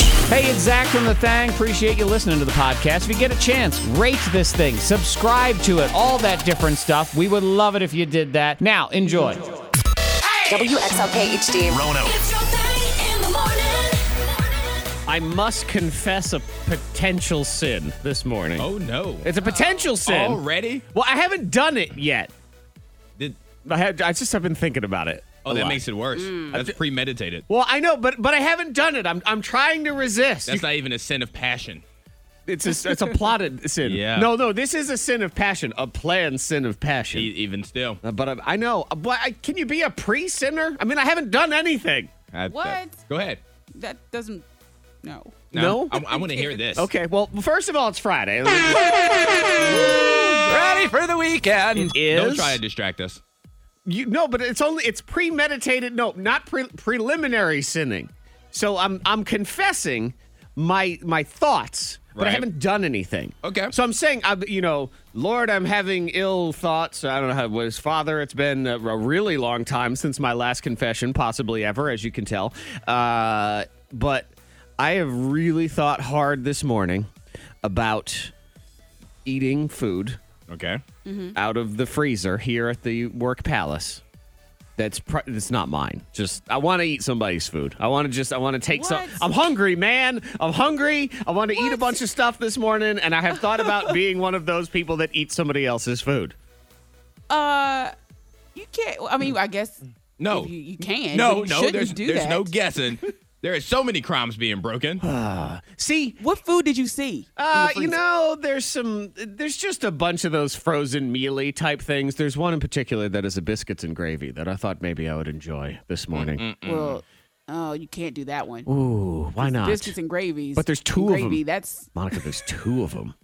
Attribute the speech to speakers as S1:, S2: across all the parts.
S1: Hey, it's Zach from The Thang. Appreciate you listening to the podcast. If you get a chance, rate this thing, subscribe to it, all that different stuff. We would love it if you did that. Now, enjoy.
S2: WXLK HD.
S3: It's your thing in the morning.
S4: I must confess a potential sin this morning.
S5: Oh no!
S4: It's a potential sin.
S5: Already?
S4: Well, I haven't done it yet.
S5: Did,
S4: I, had, I just have been thinking about it.
S5: oh,
S4: a
S5: that
S4: lot.
S5: makes it worse.
S6: Mm.
S5: That's premeditated.
S4: Well, I know, but but I haven't done it. I'm I'm trying to resist.
S5: That's not even a sin of passion.
S4: it's a, it's a plotted sin.
S5: Yeah.
S4: No, no, this is a sin of passion, a planned sin of
S5: E-
S4: passion.
S5: even still,
S4: Uh, but I, I know. But I, can you be a pre-sinner? I mean, I haven't done anything.
S5: That's-
S6: What?
S5: that's- go ahead.
S6: That doesn't. No.
S4: No?
S5: I, want to hear this.
S4: Okay. Well, first of all, it's Friday.
S7: Ready for the weekend.
S4: is
S5: Don't try to distract us.
S4: You no, but it's only it's premeditated. No, not pre- preliminary sinning. So I'm I'm confessing my my thoughts, but I
S5: Right.
S4: haven't done anything.
S5: Okay.
S4: So I'm saying, I, you know, Lord, I'm having ill thoughts. I don't know how it was. Father, it's been a, a really long time since my last confession, possibly ever, as you can tell. Uh, but I have really thought hard this morning about eating food
S5: Okay.
S6: Mm-hmm.
S4: out of the freezer here at the work palace. That's pr- it's not mine. Just I want to eat somebody's food. I want to just I want to take some.
S6: What?
S4: I'm hungry, man. I'm hungry. I want to eat a bunch of stuff this morning, and I have thought about being one of those people that eats somebody else's food.
S6: Uh, you can't. I mean, I guess.
S5: No.
S6: if You, you can.
S5: no,
S6: but you
S5: no.
S6: shouldn't
S5: There's
S6: do
S5: there's
S6: that.
S5: no guessing. there are so many crimes being broken.
S4: See,
S6: What food did you see?
S4: Uh, you know, there's some, there's just a bunch of those frozen mealy type things. There's one in particular that is a biscuits and gravy that I thought maybe I would enjoy this morning.
S5: Mm.
S6: Well, oh, you can't do that one.
S4: Ooh, why not?
S6: Biscuits and gravies.
S4: But there's two of
S6: gravy,
S4: them.
S6: That's
S4: Monica, there's two of them.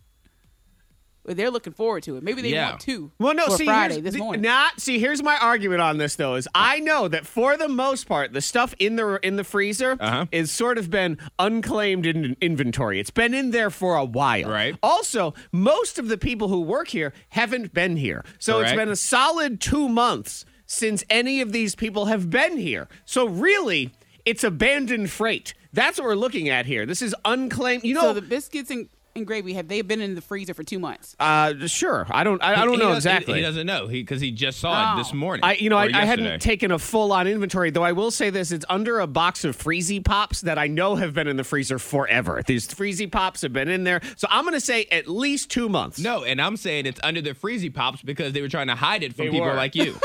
S6: well, they're looking forward to it. Maybe they
S5: Yeah.
S6: want two.
S4: Well, no,
S6: for
S4: see,
S6: Friday
S4: here's,
S6: this
S4: the-
S6: morning.
S4: Not see. Here's my argument on this though: is I know that for the most part, the stuff in the in the freezer
S5: Uh-huh.
S4: is sort of been unclaimed in inventory. It's been in there for a while.
S5: Right.
S4: Also, most of the people who work here haven't been here, so it's
S5: Correct.
S4: been a solid two months since any of these people have been here. So really, it's abandoned freight. That's what we're looking at here. This is unclaimed. You know,
S6: so the biscuits and, and gravy have they been in the freezer for two months?
S4: uh, sure. I don't. I, I
S5: He-
S4: don't
S5: he
S4: know
S5: does- he-
S4: exactly.
S5: He, doesn't know because he, just saw it this
S6: Oh.
S5: morning.
S4: I, you know, I,
S5: or
S4: I
S5: yesterday.
S4: hadn't taken a full-on inventory, though. I will say this: it's under a box of Freezy Pops that I know have been in the freezer forever. These Freezy Pops have been in there, so I'm going to say at least two months.
S5: No, and I'm saying it's under the freezy pops because they were trying to hide it from
S4: They
S5: people
S4: were.
S5: like you.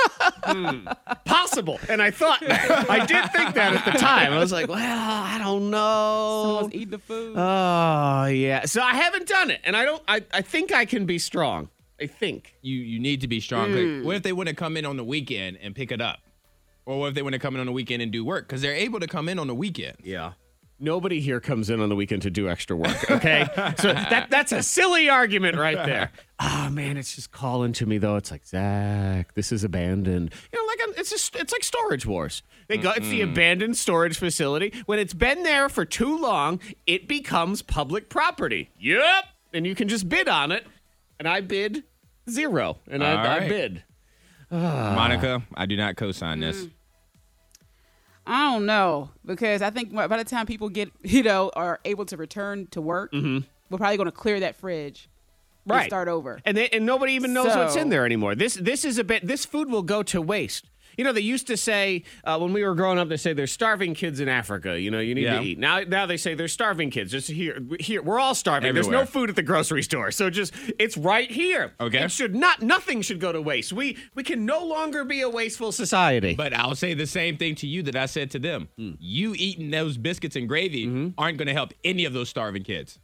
S4: possible. And I thought that. I did think that at the time. I was like, well, I don't know.
S6: Someone's eating the food.
S4: Oh yeah. So I haven't done it, and I don't. I, I think I can be strong. I think.
S5: you you need to be strong. Like, what if they wouldn't come in on the weekend and pick it up? Or what if they wouldn't come in on the weekend and do work? Because they're able to come in on the weekend.
S4: Yeah. Nobody here comes in on the weekend to do extra work, okay? so that that's a silly argument right there. Oh man, it's just calling to me though. It's like Zach, this is abandoned. You know, like um, it's just it's like storage wars. They go, it's the abandoned storage facility. When it's been there for too long, it becomes public property. Yep, and you can just bid on it. And I bid zero, and I,
S5: All
S4: I
S5: right.
S4: bid. Uh.
S5: Monica, I do not co-sign this.
S6: I don't know because I think by the time people get you know are able to return to work,
S5: Mm-hmm.
S6: we're probably going to clear that fridge. and
S4: right.
S6: start over.
S4: And they, and nobody even knows what's
S6: So-
S4: in there anymore. This this is a bit. This food will go to waste. You know, they used to say uh, when we were growing up, they say there's starving kids in Africa. You know, you need
S5: Yeah.
S4: to eat. Now, now they say there's starving kids. Just here, here, we're all starving. There's
S5: Everywhere.
S4: no food at the grocery store, so just it's right here.
S5: Okay.
S4: it should not. Nothing should go to waste. We we can no longer be a wasteful society.
S5: But I'll say the same thing to you that I said to them.
S4: Mm.
S5: You eating those biscuits and gravy
S4: Mm-hmm.
S5: aren't going to help any of those starving kids.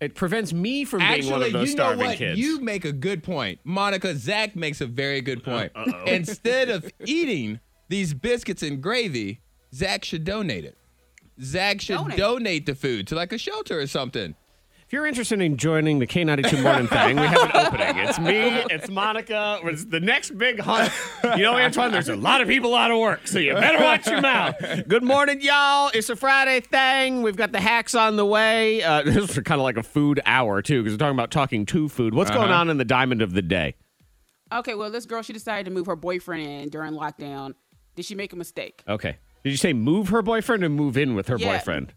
S4: it prevents me from being
S5: Actually,
S4: one of those
S5: you know
S4: starving
S5: what?
S4: kids.
S5: You make a good point. Monica, Zach makes a very
S4: Uh,
S5: good point. Instead of eating these biscuits and gravy, Zach should donate it. Zach should
S6: Donate.
S5: donate, the food to like a shelter or something.
S4: If you're interested in joining the K92 Morning Thing, we have an opening. It's me, it's Monica. It's the next big hunt. You know, Antoine, there's a lot of people out of work, so you better watch your mouth. Good morning, y'all. It's a Friday thing. We've got the hacks on the way. Uh, this is kind of like a food hour, too, because we're talking about talking to food. What's going on in the diamond of the day?
S6: Okay, well, this girl she decided to move her boyfriend in during lockdown. Did she make a mistake?
S4: Okay. Did you say move her boyfriend or move in with her
S6: Yeah.
S4: boyfriend?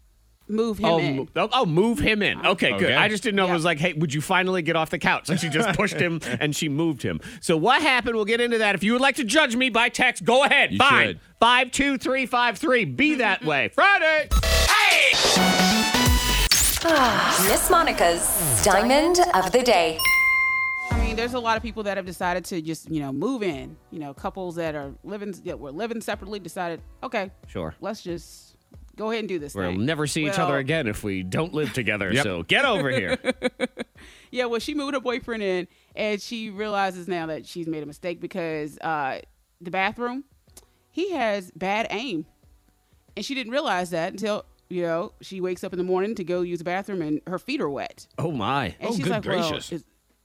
S6: move him
S4: Oh,
S6: in.
S4: mo- oh, oh, move him in. Okay, good.
S5: Okay.
S4: I just didn't know. It
S6: Yeah.
S4: was like, hey, would you finally get off the couch? And she just pushed him and she moved him. So what happened? We'll get into that. If you would like to judge me by text, go ahead.
S5: You
S4: Fine.
S5: should.
S4: Five two three five three. Be that way. Friday.
S2: Miss Monica's Diamond of the Day.
S6: I mean, there's a lot of people that have decided to just, you know, move in. You know, couples that are living that were living separately decided, okay,
S4: Sure.
S6: let's just go ahead and do this.
S4: We'll
S6: thing.
S4: never see each
S6: Well,
S4: other again if we don't live together. So get over here.
S6: Yeah, well, she moved her boyfriend in, and she realizes now that she's made a mistake because uh, the bathroom, he has bad aim, and she didn't realize that until you know she wakes up in the morning to go use the bathroom and her feet are wet.
S4: oh my.
S6: And
S5: Oh,
S6: she's
S5: good
S6: like,
S5: gracious.
S6: Well, is-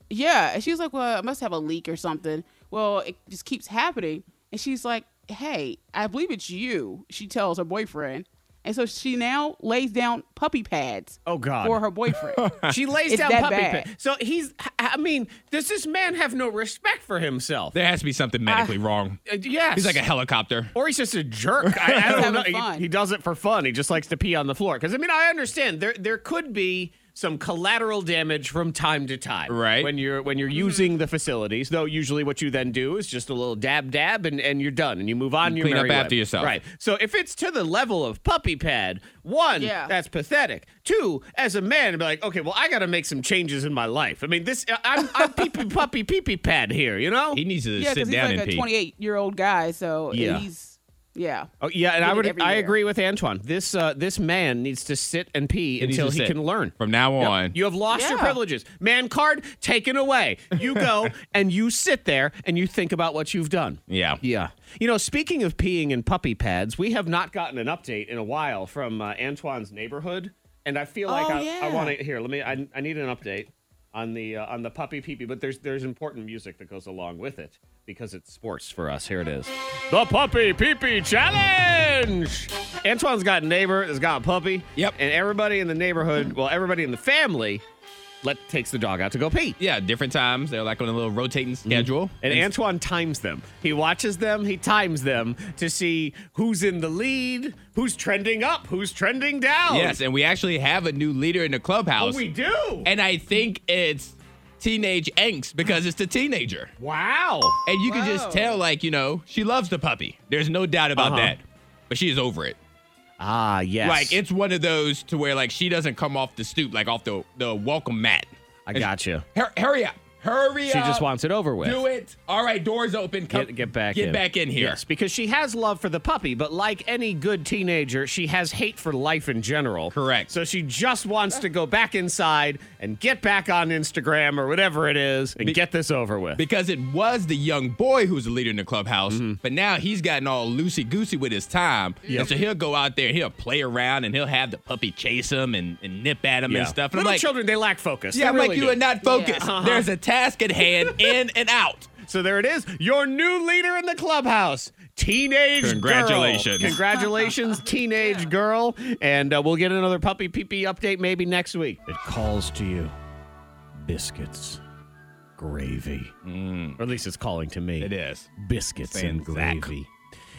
S6: yeah. And she's like, well, I must have a leak or something. Well, it just keeps happening. And she's like, hey, I believe it's you, she tells her boyfriend. And so she now lays down puppy pads
S4: Oh, God.
S6: for her boyfriend.
S4: She lays
S6: It's
S4: down
S6: that
S4: puppy
S6: bad.
S4: pants. So he's. I mean, does this man have no respect for himself?
S5: There has to be something
S6: Ah.
S5: medically wrong.
S4: Uh, yes.
S5: He's like a helicopter.
S4: or he's just a jerk. I, I don't
S6: having
S4: know. He,
S6: fun.
S4: he does it for fun. He just likes to pee on the floor. Because I mean, I understand there there could be some collateral damage from time to time,
S5: Right.
S4: When you're when you're
S6: Mm-hmm.
S4: using the facilities, though, usually what you then do is just a little dab dab, and, and you're done, and you move on. You
S5: clean up after yourself.
S4: right? So if it's to the level of puppy pad, one,
S6: Yeah.
S4: that's pathetic. Two, as a man, be like, okay, well, I got to make some changes in my life. I mean, this uh, I'm I'm pee puppy pee pee pad here, you know?
S5: He needs to
S6: yeah,
S5: sit
S6: because he's
S5: down
S6: like
S5: and
S6: a
S5: pee.
S6: 28 year old guy. So and
S4: Yeah.
S6: he's, yeah.
S4: Oh yeah, and
S6: Give
S4: I
S6: it
S4: would
S6: every
S4: I
S6: year.
S4: agree with Antoine. This uh, this man needs to sit and pee
S5: needs
S4: until
S5: to
S4: he
S5: sit.
S4: can learn.
S5: From now
S4: Yep.
S5: on.
S4: you have lost your
S6: Yeah.
S4: privileges. Man card taken away. You go and you sit there and you think about what you've done.
S5: Yeah.
S4: Yeah. You know, speaking of peeing in puppy pads, we have not gotten an update in a while from uh, Antoine's neighborhood, and I feel like
S6: Oh,
S4: I, I
S6: yeah.
S4: want to here. Let me. I, I need an update on the uh, on the puppy pee pee, but there's there's important music that goes along with it because it's sports for us. Here it is, the puppy pee pee challenge. Antoine's got a neighbor that's got a puppy.
S5: Yep.
S4: And everybody in the neighborhood, well, everybody in the family, let takes the dog out to go pee.
S5: Yeah, different times. They're like on a little rotating schedule.
S4: Mm-hmm. And Antoine times them. He watches them, he times them to see who's in the lead, who's trending up, who's trending down.
S5: Yes, and we actually have a new leader in the clubhouse.
S4: Oh, we do.
S5: And I think it's teenage angst because it's the teenager.
S4: wow.
S5: And you can just
S6: Wow.
S5: tell, like, you know, she loves the puppy. There's no doubt about
S4: Uh-huh.
S5: that. But she's over it.
S4: Ah, yes.
S5: Like, it's one of those to where, like, she doesn't come off the stoop, like, off the, the welcome mat.
S4: I got you.
S5: Hur- hurry up. Hurry
S4: She
S5: up.
S4: just wants it over with.
S5: Do it. All right, doors open. Come,
S4: Get, get back
S5: Get
S4: in.
S5: back in here.
S4: Yes, because she has love for the puppy, but like any good teenager, she has hate for life in general.
S5: Correct.
S4: So she just wants to go back inside and get back on Instagram or whatever it is and get this over with.
S5: because it was the young boy who's the leader in the clubhouse,
S4: Mm-hmm.
S5: but now he's gotten all loosey goosey with his time. And so he'll go out there and he'll play around and he'll have the puppy chase him and, and nip at him and stuff. And
S4: Little
S5: I'm like,
S4: children, they lack focus.
S5: yeah,
S4: They
S5: I'm
S4: really
S5: like, you
S4: do. uh-huh.
S5: are not focused.
S6: Yeah.
S5: There's a task at hand, in and out.
S4: So there it is. Your new leader in the clubhouse, teenage girl.
S5: Congratulations.
S4: Congratulations, teenage girl. And uh, we'll get another puppy pee pee update maybe next week. It calls to you biscuits, gravy. Or at least it's calling to me.
S5: Mm. It is.
S4: Biscuits and
S5: Saying Zach.
S4: gravy.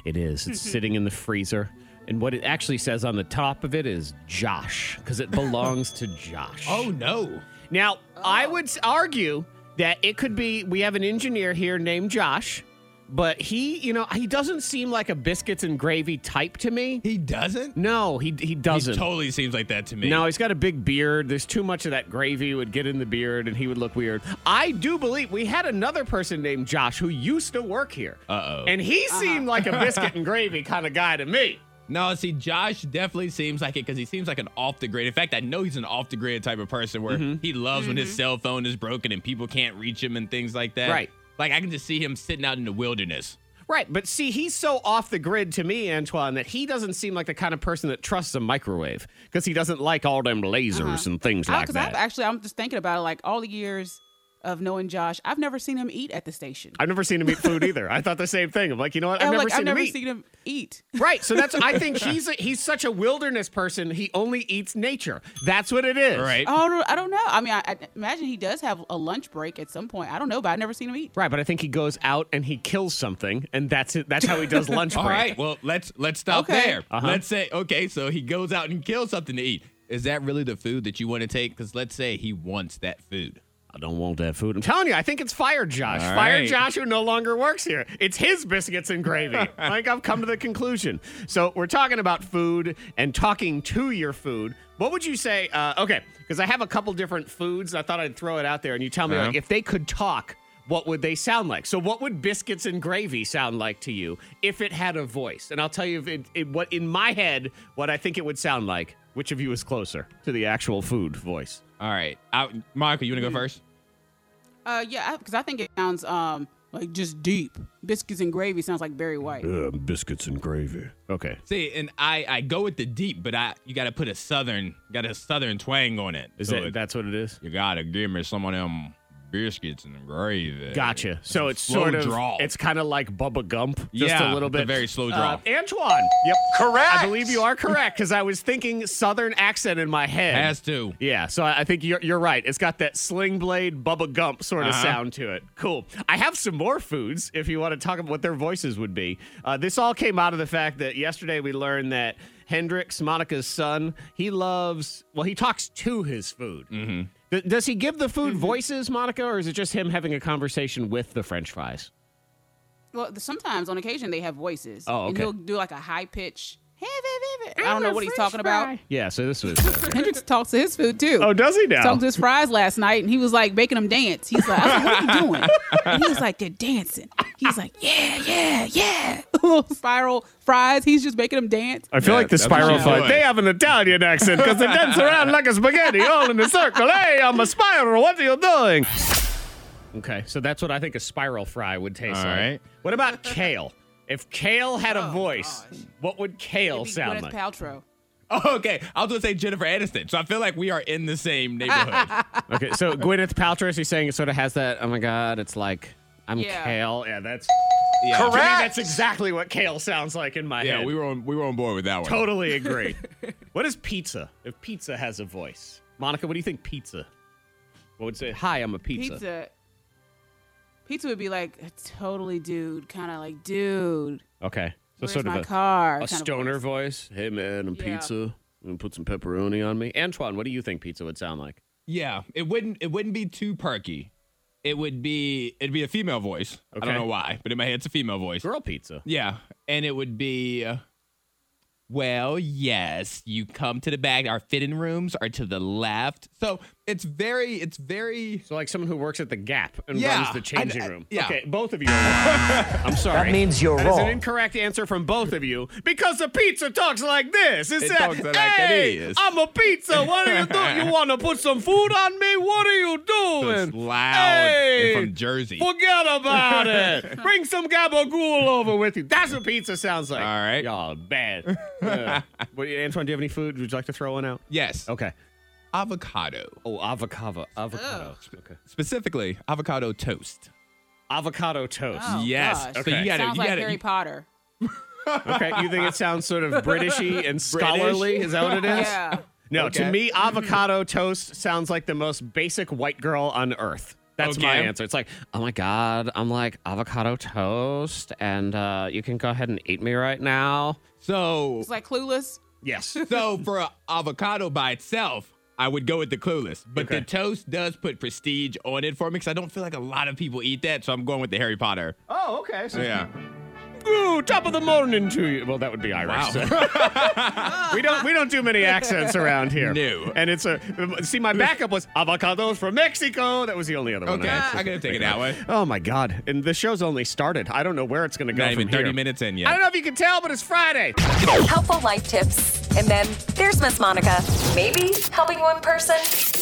S4: It is. It's sitting in the freezer. And what it actually says on the top of it is Josh, because it belongs to Josh.
S5: Oh, no.
S4: Now, I would s- argue that it could be we have an engineer here named Josh, but he, you know, he doesn't seem like a biscuits and gravy type to me.
S5: He doesn't?
S4: No, he he
S5: He
S4: doesn't.
S5: totally seems like that to me.
S4: no, he's got a big beard. There's too much of that gravy would get in the beard and he would look weird. I do believe we had another person named Josh who used to work here.
S5: Uh-oh.
S4: And he seemed like a biscuit and gravy kind of guy to me.
S5: No, see, Josh definitely seems like it because he seems like an off the grid. In fact, I know he's an off the grid type of person where
S4: Mm-hmm.
S5: he loves when his cell phone is broken and people can't reach him and things like that.
S4: Right.
S5: Like I can just see him sitting out in the wilderness.
S4: Right, but see, he's so off the grid to me, Antoine, that he doesn't seem like the kind of person that trusts a microwave because he doesn't like all them lasers and things like
S6: Because
S4: that.
S6: Uh-huh. Oh, I've actually, I'm just thinking about it, like all the years of knowing Josh, I've never seen him eat at the station.
S4: I've never seen him eat food either. I thought the same thing. I'm like, you know what? I've
S6: I'm
S4: never
S6: Oh, like,
S4: seen
S6: I've
S4: him
S6: never
S4: eat.
S6: seen him eat.
S4: Right, so that's I think he's a, he's such a wilderness person. He only eats nature. That's what it is.
S5: Right.
S6: Oh, I don't- I don't know. I mean, I, I imagine he does have a lunch break at some point. I don't know, but I've never seen him eat.
S4: Right, but I think he goes out and he kills something, and that's it. That's how he does lunch
S5: All
S4: break.
S5: right. Well, let's let's stop
S4: Uh-huh.
S6: Okay.
S5: there. Let's say okay. So he goes out and kills something to eat. Is that really the food that you want to take? Because let's say he wants that food.
S4: I don't want that food. I'm telling you, I think it's Fire Josh.
S5: All
S4: Fire
S5: right.
S4: Josh, who no longer works here. It's his biscuits and gravy. I think I've come to the conclusion. So we're talking about food and talking to your food. What would you say? Uh, okay, because I have a couple different foods. I thought I'd throw it out there, and you tell me
S5: Uh-huh.
S4: like, if they could talk, what would they sound like? So what would biscuits and gravy sound like to you if it had a voice? And I'll tell you if it, it, what in my head what I think it would sound like. Which of you is closer to the actual food voice?
S5: All right, I, Monica, you want to
S4: Mm-hmm.
S5: go first?
S6: Uh, yeah, because I think it sounds um like just deep. Biscuits and gravy sounds like Barry White.
S5: um,
S4: biscuits and gravy. Okay.
S5: See, and I, I go with the deep, but I you got to put a southern, got a southern twang on it.
S4: Is
S5: So
S4: that
S5: it-
S4: that's what it is?
S5: you gotta give me some of them biscuits and gravy.
S4: Gotcha. So it's
S5: slow
S4: sort of
S5: draw.
S4: it's kind of like Bubba Gump, just a
S5: Yeah,
S4: little
S5: it's a
S4: bit. Uh,
S5: very slow draw.
S4: Antoine. Yep.
S7: Correct.
S4: I believe you are correct because I was thinking Southern accent in my head.
S5: has to.
S4: Yeah, so I I think you're, you're right. It's got that sling blade Bubba Gump sort of
S5: Uh-huh.
S4: sound to it. Cool. I have some more foods if you want to talk about what their voices would be. Uh, this all came out of the fact that yesterday we learned that Hendrix, Monica's son, he loves, well, he talks to his food. Th- does he give the food voices, Monica, or is it just him having a conversation with the french fries?
S6: Well, th- sometimes on occasion they have voices.
S4: Oh,
S6: And
S4: okay.
S6: he'll do like a high pitch. Hey, hey, hey, hey. I don't know what he's talking about.
S4: Yeah, so this was. uh,
S6: Hendrix talks to his food too.
S4: Oh, does he now?
S6: Talked to his fries last night, and he was like making them dance. He's like, I was like, "What are you doing?" And he was like, "They're dancing." He's like, "Yeah, yeah, yeah." Little spiral fries. He's just making them dance.
S4: I feel
S5: Yeah,
S4: like the
S5: that's what
S4: spiral
S5: she's
S4: fly.
S5: doing.
S4: They have an Italian accent because they dance around like a spaghetti, all in a circle. Hey, I'm a spiral. What are you doing? Okay, so that's what I think a spiral fry would taste
S5: All
S4: like.
S5: right.
S4: What about kale? If kale had a voice,
S6: Oh, gosh.
S4: what would kale
S6: Be
S4: sound
S6: Gwyneth
S4: like?
S6: Paltrow.
S5: Oh, Okay, I was gonna say Jennifer Aniston. So I feel like we are in the same neighborhood.
S4: okay, so Gwyneth Paltrow, she's saying it sort of has that. Oh my God, it's like I'm
S6: Yeah.
S4: kale. Yeah, that's
S5: yeah.
S4: To me,
S7: Correct.
S4: that's exactly what kale sounds like in my
S5: Yeah,
S4: head.
S5: we were on we were on board with that one.
S4: totally agree. what is pizza? If pizza has a voice, Monica, what do you think pizza? What would say? Hi, I'm a
S6: Pizza. Pizza would be like totally dude, kind of like dude.
S4: Okay. So
S6: Where's
S4: sort of
S6: my
S4: a,
S6: car?
S4: a
S6: kind of
S4: stoner
S6: voice.
S4: voice. Hey man, I'm
S6: Yeah.
S4: pizza. I'm gonna put some pepperoni on me. Antoine, what do you think pizza would sound like?
S5: Yeah, it wouldn't it wouldn't be too perky. It would be it'd be a female voice. I
S4: Okay.
S5: don't know why, but in my head it's a female voice.
S4: Girl pizza.
S5: Yeah, and it would be. uh, Well, yes, you come to the back. Our fitting rooms are to the left, so it's very, it's very.
S4: So like someone who works at the Gap and
S5: Yeah,
S4: runs the changing
S5: I- I-
S4: room.
S5: yeah.
S4: Okay, both of you. Are wrong. I'm sorry.
S7: That means you're
S4: That is an
S7: wrong.
S4: incorrect answer from both of you because the pizza talks like this. It's
S5: It
S4: that,
S5: talks like
S4: hey,
S5: this."
S4: I'm a pizza. What are you doing? You want to put some food on me? What are you doing?
S5: It's loud
S4: Hey,
S5: and from Jersey.
S4: Forget about it. Bring some gabagool over with you. That's what pizza sounds like.
S5: All right.
S4: Y'all bad. Yeah. What- Antoine, do you have any food? Would you like to throw one out?
S5: Yes,
S4: Okay.
S5: avocado
S4: Oh, avocado. Avocado. Okay.
S5: specifically avocado toast.
S4: Avocado toast.
S6: Oh,
S5: yes,
S6: gosh.
S5: so you gotta,
S6: Sounds
S5: you
S6: like
S5: gotta.
S6: Harry Potter.
S4: Okay, you think it sounds sort of Britishy and scholarly? Is that what it is?
S6: Yeah.
S4: No, to
S5: Okay.
S4: me, avocado toast sounds like the most basic white girl on earth. That's my
S5: Okay.
S4: answer. It's like, oh my god, I'm like avocado toast, and uh, you can go ahead and eat me right now.
S5: so,
S6: It's like clueless.
S4: Yes.
S5: so for a avocado by itself, I would go with the clueless, but the toast does put prestige on it for me because I don't feel like a lot of people eat that, so I'm going with the Harry Potter.
S4: oh, okay. So
S5: Yeah.
S4: Ooh, top of the morning to you. Well, that would be Irish. we don't we don't do many accents around here.
S5: No.
S4: And it's a see my backup was avocados from Mexico. That was the only other one.
S5: Okay,
S4: I
S5: I'm gonna take it that way.
S4: Oh my god! And the show's only started. I don't know where it's going to go
S5: Not
S4: from
S5: even 30
S4: here.
S5: minutes in
S4: I
S5: yet.
S4: don't know if you can tell, but it's Friday.
S2: Helpful life tips. And then there's Miss Monica. Maybe helping one person.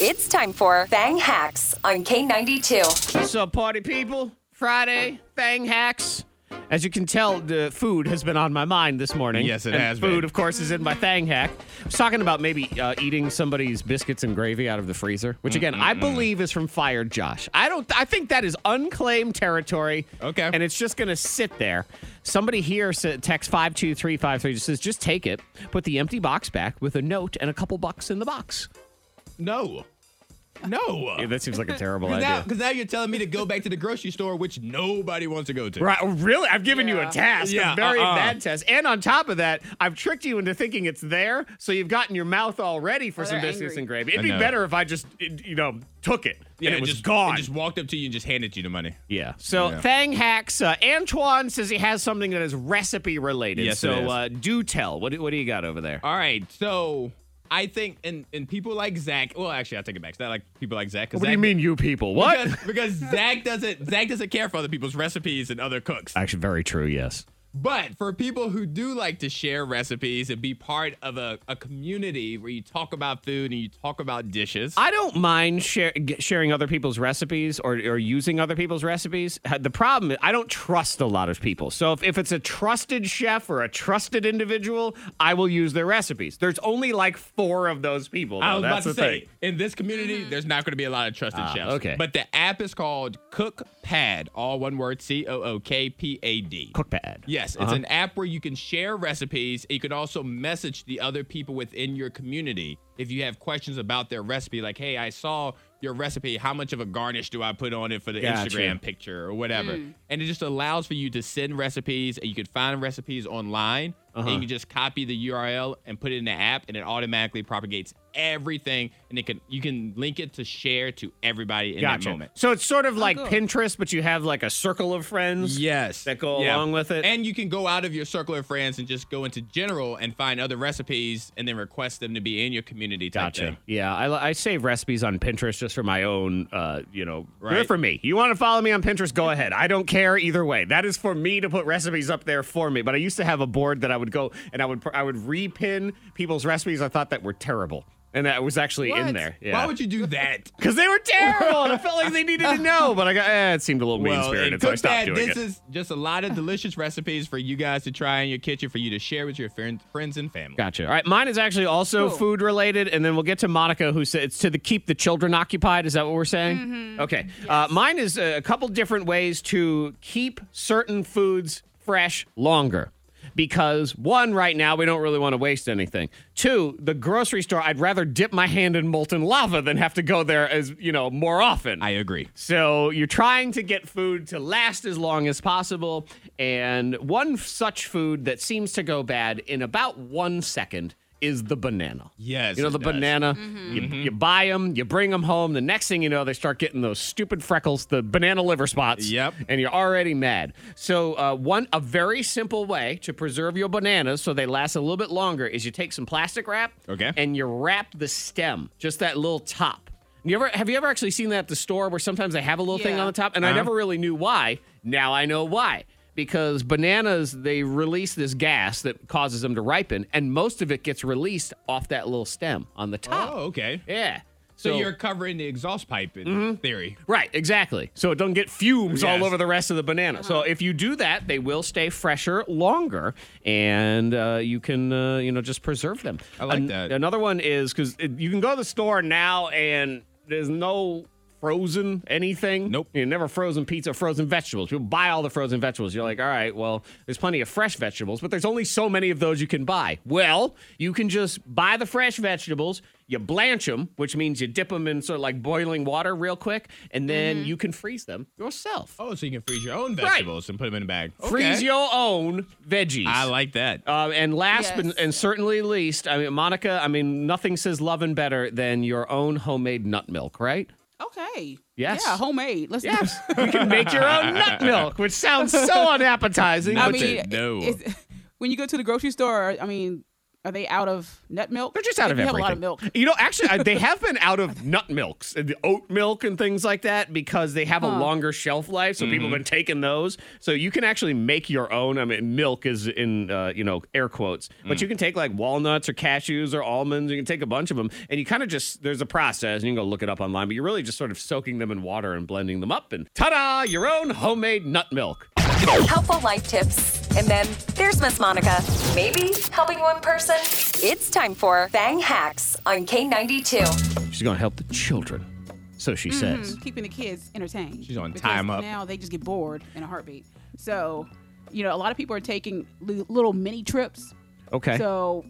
S2: It's time for Bang Hacks on K92.
S4: So, party people, Friday thing hacks. As you can tell, the food has been on my mind this morning.
S5: Yes, it
S4: and
S5: has
S4: Food,
S5: been.
S4: of course, is in my thang hack. I was talking about maybe uh, eating somebody's biscuits and gravy out of the freezer, which again I believe is from Fired Josh. I don't. I think that is unclaimed territory.
S5: Okay.
S4: and it's just gonna sit there. Somebody here sa- text five two three five three just says, "Just take it, put the empty box back with a note and a couple bucks in the box."
S5: No. No.
S4: Yeah, that seems like a terrible
S5: Because now,
S4: idea.
S5: 'cause now you're telling me to go back to the grocery store, which nobody wants to go to.
S4: Right, oh, really? I've given you
S6: Yeah.
S4: a task,
S5: Yeah,
S4: a very
S5: uh-uh.
S4: bad task. And on top of that, I've tricked you into thinking it's there, so you've gotten your mouth all ready for
S6: Oh,
S4: some
S6: they're
S4: biscuits
S6: angry.
S4: and gravy. It'd
S5: I
S4: be
S5: know.
S4: better if I just, it- you know, took it and it was
S5: just
S4: gone.
S5: it just walked up to you and just handed you the money.
S4: Yeah. So
S5: Yeah.
S4: Thang hacks. Uh, Antoine says he has something that is recipe related.
S5: Yes, it
S4: so
S5: is. Uh,
S4: Uh, do tell. What, do- what do you got over there?
S5: All right, so I think and and people like Zach. Well, actually, I take it back. It's not like people like Zach. 'cause Zach-
S4: you people?
S5: Because, because Zach doesn't Zach doesn't care for other people's recipes and other cooks.
S4: Actually, very true. Yes.
S5: But for people who do like to share recipes and be part of a, a community where you talk about food and you talk about dishes,
S4: I don't mind share, g- sharing other people's recipes or, or using other people's recipes. Uh, The problem is I don't trust a lot of people. So if, if it's a trusted chef or a trusted individual, I will use their recipes. There's only like four of those people.
S5: I
S4: though.
S5: was
S4: That's
S5: about to
S4: the
S5: say,
S4: thing.
S5: in this community, there's not going to be a lot of trusted
S4: Ah,
S5: chefs.
S4: okay.
S5: But the app is called Cook Pad, all one word, C O O K P A D.
S4: Cook bad.
S5: Yes, it's an app where you can share recipes. You can also message the other people within your community if you have questions about their recipe, like, hey, I saw your recipe. How much of a garnish do I put on it for the
S4: Gotcha.
S5: Instagram picture or whatever? And it just allows for you to send recipes and you can find recipes online and you can just copy the URL and put it in the app and it automatically propagates everything and it can you can link it to share to everybody in that moment.
S4: So it's sort of like
S6: cool.
S4: Pinterest, but you have like a circle of friends.
S5: Yes.
S4: that go along with it.
S5: And you can go out of your circle of friends and just go into general and find other recipes and then request them to be in your community. Type
S4: Gotcha.
S5: Thing.
S4: Yeah, I, I save recipes on Pinterest just for my own, uh, you know,
S5: Right.
S4: good for me. You want to follow me on Pinterest? Go ahead. I don't care either way. That is for me to put recipes up there for me. But I used to have a board that I would go and I would I would repin people's recipes I thought that were terrible, and that was actually in there. Yeah.
S5: Why would you do that?
S4: Because they were terrible, and I felt like they needed to know. But I got eh, it seemed a little mean
S5: and
S4: spirited, so I
S5: cook
S4: stopped
S5: that,
S4: doing
S5: this
S4: it.
S5: is just a lot of delicious recipes for you guys to try in your kitchen, for you to share with your friend, friends and family.
S4: Gotcha. All right, mine is actually also
S6: Cool.
S4: food related, and then we'll get to Monica, who said it's to the keep the children occupied. Is that what we're saying? Okay. Uh, mine is a couple different ways to keep certain foods fresh longer. Because one, right now we don't really want to waste anything. Two, the grocery store, I'd rather dip my hand in molten lava than have to go there as you know more often.
S5: I agree.
S4: So you're trying to get food to last as long as possible. And one such food that seems to go bad in about one second is the banana.
S5: Yes,
S4: You know,
S5: it
S4: the
S5: does. Mm-hmm.
S4: banana, you, you buy them, you bring them home. The next thing you know, they start getting those stupid freckles, the banana liver spots.
S5: Yep.
S4: And you're already mad. So, uh, one, a very simple way to preserve your bananas so they last a little bit longer is you take some plastic wrap
S5: Okay.
S4: and you wrap the stem, just that little top. You ever have you ever actually seen that at the store where sometimes they have a little thing
S6: Yeah.
S4: on the top, and I
S5: Uh-huh.
S4: never really knew why. Now I know why. Because bananas, they release this gas that causes them to ripen, and most of it gets released off that little stem on the top.
S5: Oh, okay.
S4: Yeah. Mm-hmm.
S5: So, you're covering the exhaust pipe in theory.
S4: Right, exactly. So it doesn't get fumes
S5: Yes.
S4: all over the rest of the banana. So if you do that, they will stay fresher longer, and uh, you can uh, you know just preserve them.
S5: I like that.
S4: Another one is because you can go to the store now, and there's no frozen anything.
S5: Nope.
S4: You never frozen pizza, frozen vegetables. People buy all the frozen vegetables. You're like, all right, well, there's plenty of fresh vegetables, but there's only so many of those you can buy. Well, you can just buy the fresh vegetables, you blanch them, which means you dip them in sort of like boiling water real quick, and then you can freeze them yourself.
S5: Mm-hmm. Oh, so you can freeze your own vegetables and put them in a bag.
S4: Freeze
S5: Okay.
S4: your own veggies.
S5: I like that.
S4: Um, and last
S6: Yes.
S4: but and certainly least, I mean, Monica, I mean, nothing says loving better than your own homemade nut milk, right?
S6: Okay.
S4: Yes.
S6: Yeah, homemade. Let's
S4: Yes, you can make your own nut milk, which sounds so unappetizing.
S6: I
S4: but
S6: mean,
S5: they know.
S6: it's- when you go to the grocery store, I mean, are they out of nut milk?
S4: they're just out of
S6: They
S4: everything.
S6: Have a lot of milk.
S4: You know, actually, I- they have been out of nut milks, and the oat milk, and things like that because they have a longer shelf life. So people have been taking those. So you can actually make your own. I mean, milk is in uh, you know air quotes, but you can take like walnuts or cashews or almonds. You can take a bunch of them, and you kind of just there's a process, and you can go look it up online. But you're really just sort of soaking them in water and blending them up, and ta-da, your own homemade nut milk.
S2: Helpful life tips. And then there's Miss Monica. Maybe helping one person. It's time for Bang Hacks on K92.
S4: She's gonna help the children, so
S6: Mm-hmm.
S4: she says.
S6: Keeping the kids entertained.
S5: She's on
S6: Because
S5: Time Up.
S6: Now they just get bored in a heartbeat. So, you know, a lot of people are taking li- little mini trips.
S4: Okay.
S6: So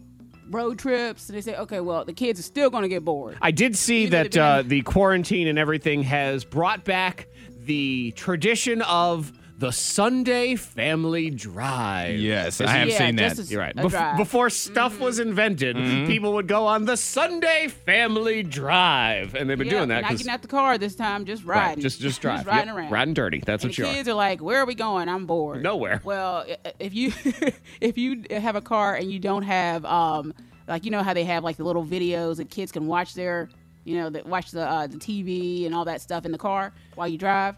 S6: road trips, and they say, okay, well, the kids are still going to get bored.
S4: I did see
S6: Even at
S4: that
S6: the
S4: uh,
S6: beginning.
S4: the quarantine and everything has brought back the tradition of the Sunday family drive.
S5: Yes, I have
S6: Yeah,
S5: seen that. Mm-hmm.
S6: just as-
S4: You're right.
S6: A
S4: Bef-
S6: drive. Mm-hmm.
S4: before stuff was invented, people would go on the Sunday family drive, and they've been
S6: Yeah,
S4: doing that.
S6: not
S4: 'cause-
S6: getting out the car this time, just
S4: right,
S6: riding.
S4: just just drive,
S6: riding
S4: Yep,
S6: around.
S4: riding dirty. That's
S6: And
S4: what
S6: the
S4: you are.
S6: kids are like, "Where are we going? I'm bored."
S4: Nowhere.
S6: Well, i- i- if you if you have a car and you don't have um like you know how they have like the little videos that kids can watch their you know that watch the uh, the TV and all that stuff in the car while you drive.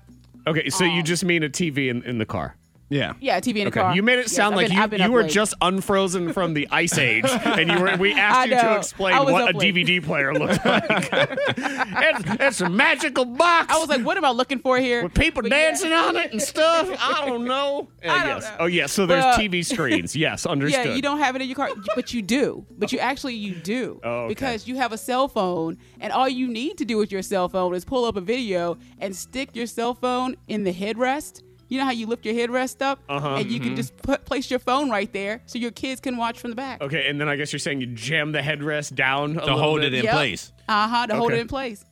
S4: Okay, so you just mean a TV in, in the car.
S5: yeah.
S6: Yeah, TV in the
S4: Okay,
S6: car.
S4: you made it
S6: Yes,
S4: sound
S6: I've
S4: like
S6: been- I've been
S4: you,
S6: up
S4: you were
S6: late.
S4: just unfrozen from the ice age, and you were. We
S6: I
S4: asked you to
S6: know. I
S4: explain
S6: was
S4: what
S6: up
S4: a
S6: late.
S4: DVD player looks like. it's, it's a magical box.
S6: I was like, "What am I looking for here?"
S4: with people
S6: But yeah.
S4: dancing on it and stuff. I don't know. Uh,
S6: I don't
S4: yes.
S6: know.
S4: Oh yes. So there's
S6: Well-
S4: TV screens. Yes, understood.
S6: Yeah, you don't have it in your car, but you do. But you actually you do
S4: Oh, okay.
S6: because you have a cell phone, and all you need to do with your cell phone is pull up a video and stick your cell phone in the headrest. You know how you lift your headrest up,
S4: Uh-huh.
S6: and you
S4: Mm-hmm.
S6: can just put, place your phone right there, so your kids can watch from the back.
S4: Okay, and then I guess you're saying you jam the headrest down a
S5: To
S4: little
S5: hold
S4: bit.
S5: it in
S6: Yep.
S5: place.
S6: Uh huh. To hold it
S4: Okay.
S6: in place.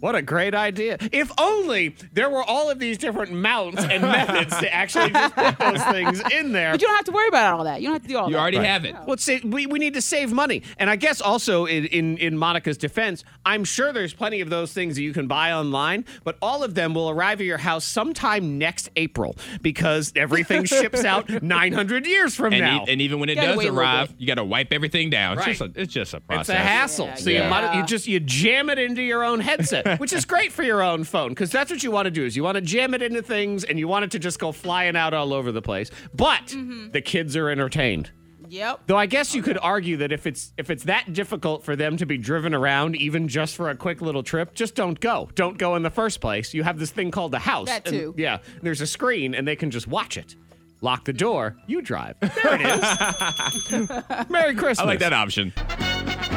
S4: What a great idea! If only there were all of these different mounts and methods to actually just put those things in there.
S6: But you don't have to worry about all that. You don't have to do all
S5: You
S6: that.
S5: already have it.
S4: Well, say, we, we need to save money. And I guess also in, in, in Monica's defense, I'm sure there's plenty of those things that you can buy online, but all of them will arrive at your house sometime next April because everything ships out 900 years from
S5: And,
S4: now.
S5: e- and even when it
S6: Gotta
S5: does
S6: wait a little
S5: arrive,
S6: bit.
S5: you got to wipe everything down.
S4: Right.
S5: It's, just a, it's just a
S4: it's
S5: process.
S4: a hassle. so you
S5: Yeah.
S4: might
S6: Yeah.
S4: you just you jam it into your own headset, which is great for your own phone because that's what you want to do is you want to jam it into things and you want it to just go flying out all over the place. But the kids are entertained.
S6: Yep.
S4: Though I guess you could argue that if it's if it's that difficult for them to be driven around even just for a quick little trip, just don't go. Don't go in the first place. You have this thing called the house.
S6: That
S4: and-
S6: too.
S4: yeah. There's a screen and they can just watch it. Lock the door, you drive. There it is. Merry Christmas.
S5: I like that option.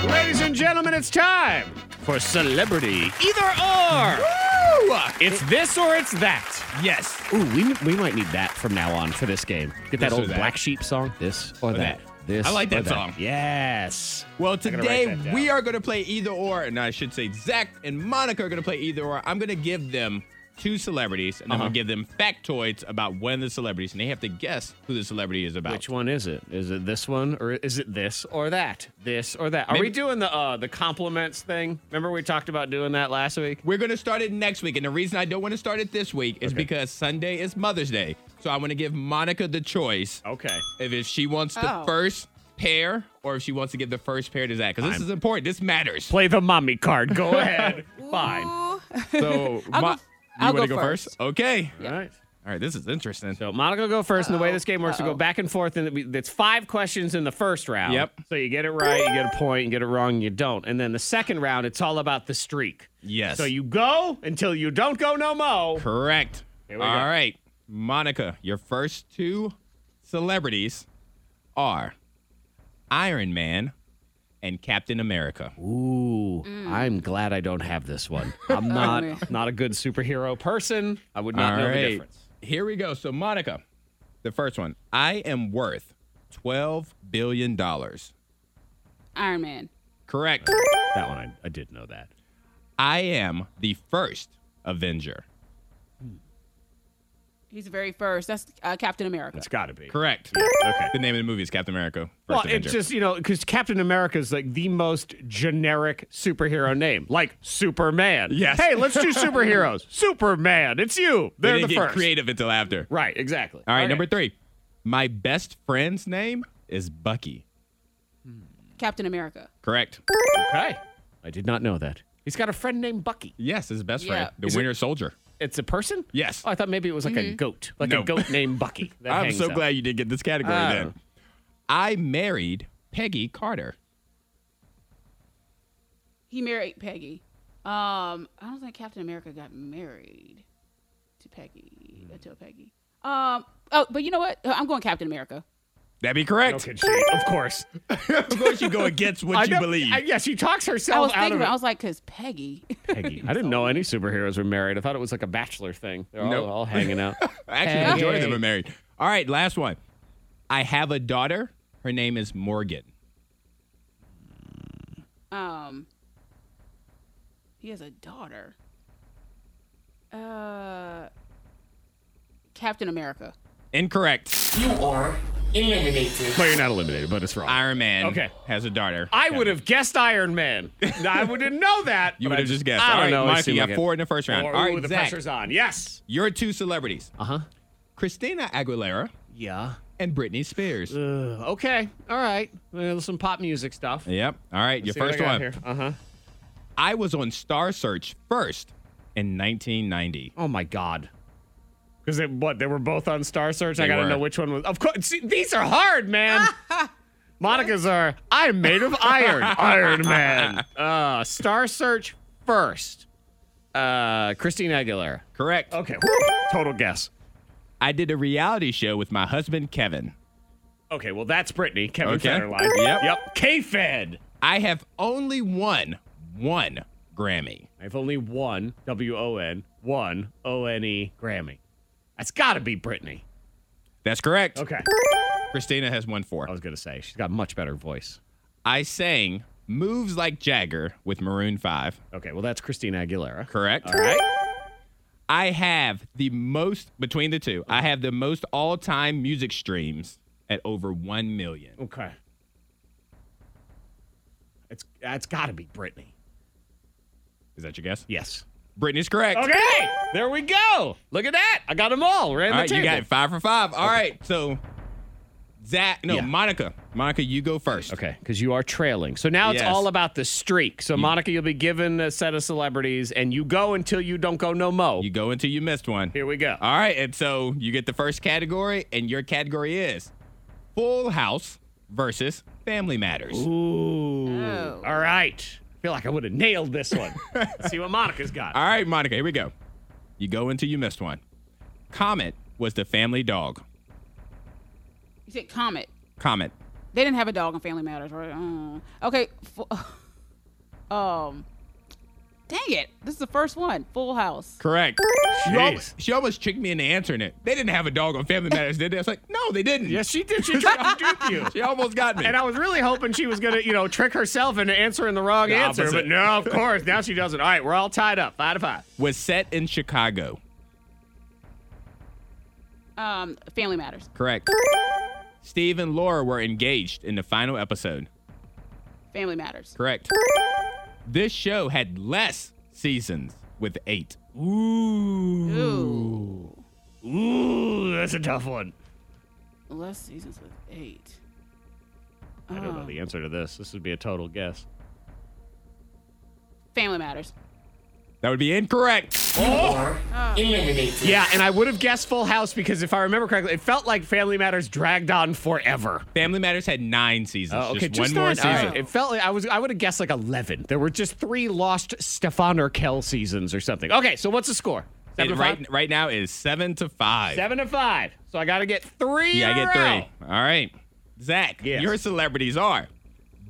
S4: Ladies and gentlemen, it's time for celebrity either or. It's this or it's that.
S5: Yes.
S4: Ooh, we, we might need that from now on for this game. Get that
S5: This or
S4: old
S5: that.
S4: Black Sheep song. This or that.
S5: that.
S4: This.
S5: I like that
S4: or
S5: song.
S4: Yes.
S5: Well,
S4: gotta write
S5: today
S4: that down.
S5: we are going to play either or, and I should say Zach and Monica are going to play either or. I'm going to give them two celebrities, and then
S4: Uh-huh.
S5: I'm going to give them factoids about one of the celebrities, and they have to guess who the celebrity is about.
S4: Which one is it? Is it this one or is it this or that? This or that? Are we
S5: Maybe-
S4: doing the uh the compliments thing? Remember we talked about doing that last week?
S5: We're going to start it next week, and the reason I don't want to start it this week is because Sunday is Mother's Day, so I want to give Monica the choice
S4: Okay.
S5: if, if she wants the
S6: Oh.
S5: first pair or if she wants to give the first pair to Zach, because this is important. This matters.
S4: Play the mommy card. Go ahead. Fine.
S6: Ooh.
S5: So,
S6: I'll
S5: Mo-
S6: go- I'll
S5: you want to
S6: go
S5: go first?
S6: first.
S5: Okay.
S4: All right.
S5: All right, this is interesting.
S4: So Monica will go 1st and the way
S6: Uh-oh.
S4: this game works, we go
S6: Uh-oh.
S4: back and forth, and it be- it's five questions in the first round.
S5: Yep.
S4: So you get it right, you get a point. You get it wrong, you don't. And then the second round, it's all about the streak.
S5: Yes.
S4: So you go until you don't go no mo.
S5: Correct. All
S4: we
S5: right,
S4: go.
S5: Monica, your first two celebrities are Iron Man and Captain America.
S4: Ooh,
S5: Mm.
S4: I'm glad I don't have this one. I'm not
S6: man.
S4: not a good superhero person. I would not
S5: All
S4: know the
S5: right.
S4: difference.
S5: Here we go. So, Monica, the first one I am worth $12 billion.
S6: Iron Man.
S5: Correct.
S4: That one I, I did know that.
S5: I am the first Avenger.
S6: He's the very first. That's uh, Captain America.
S4: It's got to be
S5: Correct.
S4: Okay.
S5: The name of the movie is Captain America. First
S4: Well,
S5: Avenger.
S4: it's just you know because Captain America is like the most generic superhero name, like Superman.
S5: Yes.
S4: Hey, let's do superheroes. Superman. It's you.
S5: they
S4: They're
S5: didn't
S4: the
S5: get
S4: first.
S5: creative until after.
S4: Right. Exactly.
S5: All right, number three. My best friend's name is Bucky.
S6: Captain America.
S5: Correct.
S4: Okay. I did not know that. He's got a friend named Bucky.
S5: Yes, his best friend,
S6: Yeah.
S5: the
S4: Is it-
S5: Winter Soldier.
S4: It's a person.
S5: Yes.
S4: Oh, I thought maybe it was like
S6: Mm-hmm.
S4: a goat, like a
S5: No.
S4: goat named Bucky. that
S5: I'm
S4: hangs
S5: so
S4: out.
S5: glad you did get this category
S4: Oh.
S5: then. I married Peggy Carter.
S6: He married Peggy. Um, I don't think Captain America got married to Peggy. uh, To a Peggy. Um. Oh, but you know what? Uh, I'm going Captain America.
S5: That'd be correct.
S4: Okay, gee, of course.
S5: of course, you go against what you
S4: know-
S5: believe.
S4: I- yeah, she talks herself
S6: Oh, I was
S4: out
S6: thinking.
S4: of
S6: about-
S4: it.
S6: I was like, because Peggy.
S4: Peggy. I didn't know any superheroes were married. I thought it was like a bachelor thing. They're all,
S5: Nope.
S4: all hanging out.
S5: Actually, the majority of them
S4: Hey.
S5: are married. All right, last one. I have a daughter. Her name is Morgan.
S6: Um, he has a daughter. Uh, Captain America.
S5: Incorrect.
S4: Well, you're not eliminated, but it's wrong.
S5: Iron Man
S4: Okay.
S5: has a daughter.
S4: I would have guessed Iron Man. I wouldn't know that.
S5: You
S4: but
S5: would
S4: I
S5: have just guessed.
S4: I
S5: All
S4: don't
S5: right,
S4: know. It
S5: Mike, you
S4: seemed
S5: got
S4: like
S5: four
S4: it.
S5: in the first round.
S4: Or,
S5: All right,
S4: ooh, the
S5: Zach.
S4: pressure's on. Yes.
S5: Your two celebrities.
S4: Uh huh.
S5: Christina Aguilera
S4: Yeah.
S5: and Britney Spears.
S4: Okay. All right. Well, some pop music stuff.
S5: Yep. All right, your first one.
S4: Uh huh.
S5: I was on Star Search first in 1990.
S4: Oh my God. Because they, what they were both on Star Search. I
S5: They
S4: gotta
S5: were.
S4: know which one was. Of course, see, these are hard, man. Monica's are. I'm made of iron, Iron Man. Uh, Star Search first. Uh, Christina Aguilera.
S5: Correct.
S4: Okay. Total guess.
S5: I did a reality show with my husband Kevin.
S4: Okay. Well, that's Brittany. Kevin
S5: Okay.
S4: Federline.
S5: Yep.
S4: Yep. K-Fed.
S5: I have only won one Grammy.
S4: I've only one W O N one O N E Grammy. That's got to be Britney.
S5: That's correct.
S4: Okay. Oh.
S5: Christina has won four.
S4: I was gonna say she's got a much better voice.
S5: I sang "Moves Like Jagger" with Maroon Five.
S4: Okay. Well, that's Christina Aguilera.
S5: Correct.
S4: All right.
S5: I have the most between the two. I have the most all-time music streams at over one million.
S4: Okay. It's that's got to be Britney.
S5: Is that your guess?
S4: Yes.
S5: Brittany's correct.
S4: Okay. There we go. Look at that. I got them all. Right.
S5: All right, you got five for five. All right, so Zach, no,
S4: Yeah.
S5: Monica, Monica, you go first.
S4: Okay, because you are trailing. So now it's
S5: Yes.
S4: all about the streak. So Monica, you'll be given a set of celebrities, and you go until you don't go no mo.
S5: You go until you missed one.
S4: Here we go.
S5: All right, and so you get the first category, and your category is Full House versus Family Matters.
S4: Ooh.
S6: Oh.
S4: All right. I feel like I would have nailed this one. Let's see what Monica's got.
S5: All right, Monica, here we go. You go until you missed one. Comet was the family dog.
S6: You said Comet.
S5: Comet.
S6: They didn't have a dog in Family Matters, right? Uh, okay. fu- um. Dang it! This is the first one. Full House.
S5: Correct. She
S4: Jeez.
S5: almost, she almost tricked me into answering it. They didn't have a dog on Family Matters, did they? I was like, no, they didn't.
S4: Yes, she did. She tried to dupe you.
S5: She almost got me.
S4: And I was really hoping she was going to, you know, trick herself into answering the wrong
S5: The
S4: answer.
S5: opposite.
S4: But no, of course. Now she doesn't. All right, we're all tied up. Five to five.
S5: was set in Chicago.
S6: Um. Family Matters.
S5: Correct. Steve and Laura were engaged in the final episode.
S6: Family Matters.
S5: Correct. This show had less seasons with eight.
S6: Ooh.
S4: Ooh, that's a tough one.
S6: Less seasons with eight.
S4: I don't know the answer to this. This would be a total guess.
S6: Family Matters.
S5: That would be incorrect.
S4: Yeah, and I would have guessed Full House because if I remember correctly, it felt like Family Matters dragged on forever.
S5: Family Matters had nine seasons.
S4: Oh, okay,
S5: just, one more
S4: nine. All
S5: season.
S4: right. It felt like I was I would have guessed like eleven. There were just three lost Stefan or Kell seasons or something. Okay, so what's the score? Seven
S5: It
S4: to
S5: right
S4: five.
S5: right now is seven to five.
S4: Seven to five. So I got to get three.
S5: Yeah, I
S4: in a
S5: get
S4: row.
S5: three. All right. Zach,
S4: Yes.
S5: your celebrities are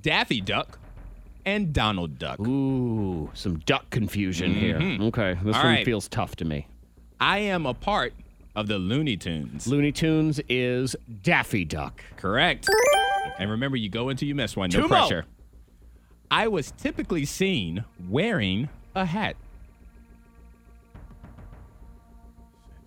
S5: Daffy Duck and Donald Duck.
S4: Ooh, some duck confusion here. Okay, this
S5: Mm-hmm. All
S4: one
S5: right.
S4: feels tough to me.
S5: I am a part of the Looney Tunes.
S4: Looney Tunes is Daffy Duck.
S5: Correct. And remember, you go until you miss one. No
S4: Two more.
S5: pressure. I was typically seen wearing a hat.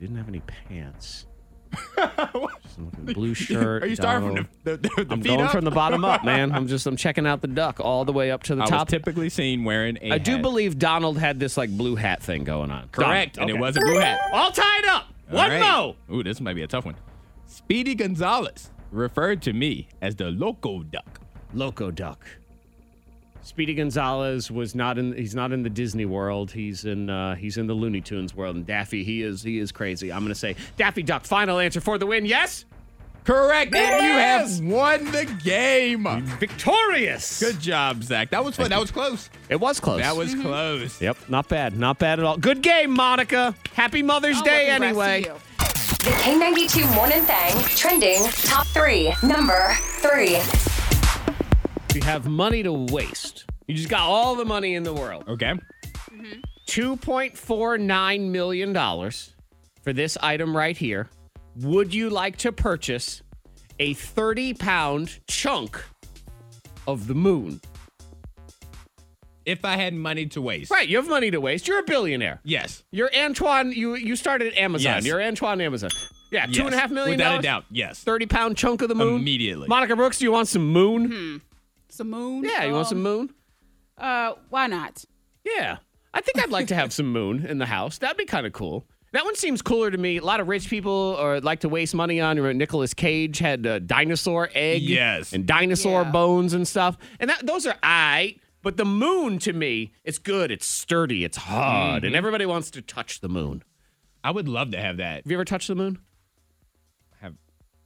S4: Didn't have any pants. Just looking at blue shirt.
S5: Are you starting
S4: Donald.
S5: from the, the, the, the
S4: I'm
S5: feet
S4: going
S5: up?
S4: from the bottom up, man. I'm just I'm checking out the duck all the way up to the
S5: I was
S4: top.
S5: typically seen wearing a
S4: I do
S5: hat.
S4: believe Donald had this like blue hat thing going on.
S5: Correct.
S4: Donald.
S5: And it
S4: Okay.
S5: was a blue hat.
S4: All tied up. One
S5: All
S4: mo.
S5: right. Ooh, this might be a tough one. Speedy Gonzalez referred to me as the Loco Duck.
S4: Loco Duck. Speedy Gonzalez was not in. He's not in the Disney world. He's in. Uh, he's in the Looney Tunes world. And Daffy, he is. He is crazy. I'm gonna say Daffy Duck. Final answer for the win. Yes,
S5: Correct. and you
S4: Yes!
S5: have won the game.
S4: victorious.
S5: Good job, Zach. That was fun. That was close.
S4: It was close.
S5: That was close.
S4: Yep. Not bad. Not bad at all. Good game, Monica. Happy Mother's Day.
S6: Oh, well, congrats to
S4: Anyway.
S6: you.
S2: The K92 Morning Thang trending top three. Number three.
S4: You have money to waste. You just got all the money in the world.
S5: Okay.
S4: $2.49 million for this item right here. Would you like to purchase a 30 pound chunk of the moon?
S5: if I had money to waste.
S4: Right, you have money to waste. You're a billionaire.
S5: Yes.
S4: You're Antoine. You you started at Amazon.
S5: Yes.
S4: You're Antoine Amazon. Yeah,
S5: Yes.
S4: two and a half million
S5: Without
S4: dollars?
S5: a doubt. Yes.
S4: Thirty pound chunk of the moon
S5: Immediately.
S4: Monica Brooks, do you want some moon?
S6: Some moon.
S4: Yeah, you want some
S6: um,
S4: moon?
S6: Uh, why not?
S4: Yeah, I think I'd like to have some moon in the house. That'd be kind of cool. That one seems cooler to me. A lot of rich people or like to waste money on. Remember Nicolas Cage had a dinosaur egg,
S5: Yes.
S4: and dinosaur
S6: Yeah.
S4: bones and stuff. And that those are I. But the moon to me, it's good. It's sturdy. It's hard, and everybody wants to touch the moon.
S5: I would love to have that.
S4: Have you ever touched the moon?
S5: Have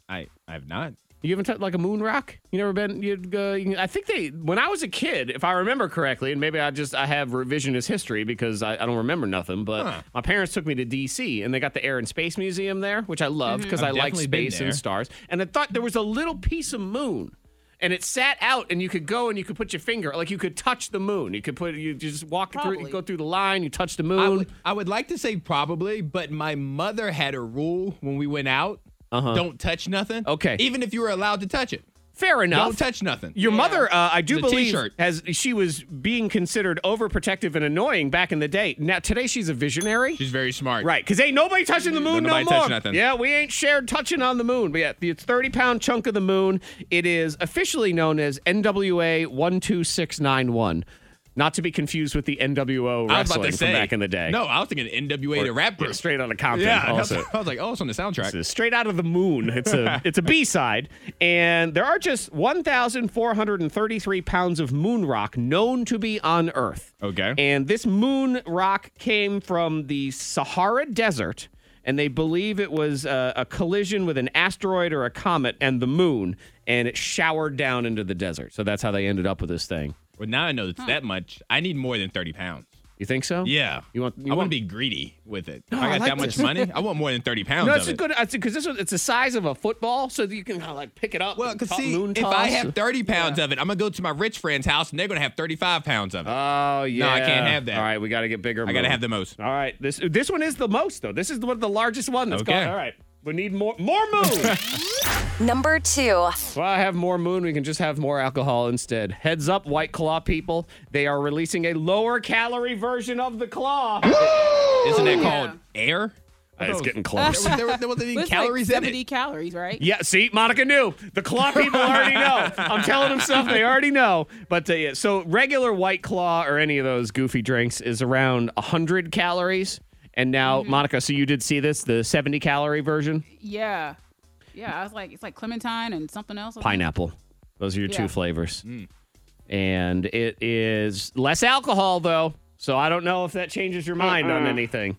S5: I? I have not.
S4: You haven't touched like a moon rock? You never been? You'd, uh, you, I think they. When I was a kid, if I remember correctly, and maybe I just I have revisionist history because I, I don't remember nothing. But my parents took me to D.C. and they got the Air and Space Museum there, which I loved because
S5: Mm-hmm. I've
S4: I like
S5: definitely been
S4: space and
S5: there.
S4: stars. And I thought there was a little piece of moon. And it sat out, and you could go and you could put your finger, like you could touch the moon. You could put, you just walk through, you
S6: Probably.
S4: go through the line, you touch the
S5: I
S4: moon.
S5: would- I would like to say probably, but my mother had a rule when we went out: don't touch nothing.
S4: Uh-huh. Okay.
S5: Even if you were allowed to touch it,
S4: Fair enough.
S5: don't touch nothing.
S4: Your mother, uh, I do
S5: It's a
S4: believe,
S5: t-shirt.
S4: as she was being considered overprotective and annoying back in the day. Now today she's a visionary,
S5: She's very smart.
S4: right? Because ain't nobody touching the moon
S5: nobody
S4: no more.
S5: touch nothing.
S4: Yeah, we ain't shared touching on the moon. But yeah, it's thirty pound chunk of the moon. It is officially known as NWA one two six nine one. Not to be confused with the NWO
S5: I was about
S4: wrestling
S5: to say
S4: from back in the day.
S5: No, I was thinking NWA the rap
S4: Yeah,
S5: group.
S4: straight out of Compton.
S5: Yeah.
S4: also.
S5: I was like, oh, it's on the soundtrack.
S4: It's Straight out of the moon. It's a it's a B side, and there are just 1,433 pounds of moon rock known to be on Earth.
S5: Okay.
S4: And this moon rock came from the Sahara Desert, and they believe it was uh, a, a collision with an asteroid or a comet and the moon, and it showered down into the desert. So that's how they ended up with this thing.
S5: Well, now I know it's that much. I need more than thirty pounds.
S4: You think so?
S5: Yeah.
S4: You want? You
S5: I
S4: want
S5: want to be greedy with it.
S4: I
S5: If I got
S4: like
S5: that much
S4: this.
S5: money. I want more than thirty pounds.
S4: No,
S5: of
S4: it's
S5: it.
S4: a good because this one it's the size of a football, so that you can kinda, like pick it up.
S5: Well,
S4: and
S5: because
S4: to-
S5: see,
S4: moon
S5: if I
S4: toss.
S5: have 30 pounds of it, I'm going to go to my rich friend's house and they're going to have 35 pounds of it.
S4: Oh yeah.
S5: No, I can't have that.
S4: All right, we got to get bigger.
S5: I got to have the most.
S4: All right, this this one is the most though. This is the one, the largest one. That's
S5: Okay.
S4: Called, all right, we need more more moon.
S2: Number two.
S4: well, I have more moon. We can just have more alcohol instead. Heads up, White Claw people. They are releasing a lower calorie version of the claw. Uh,
S5: Isn't that
S6: Yeah.
S5: called air?
S4: it's getting
S5: There,
S4: close.
S5: was- there, was- there wasn't
S6: But
S5: any
S6: it's like
S5: calories in
S6: 70
S5: it.
S6: calories, right?
S4: Yeah, see, Monica knew. The claw people already know. I'm telling them stuff they already know. But uh, yeah, so regular White Claw or any of those goofy drinks is around 100 calories. And now, Monica, so you did see this, the 70 calorie version?
S6: Yeah. Yeah, I was like, it's like clementine and something else. I think.
S4: Pineapple. Those are your two
S6: Yeah.
S4: flavors. And it is less alcohol, though. So I don't know if that changes your mind on anything.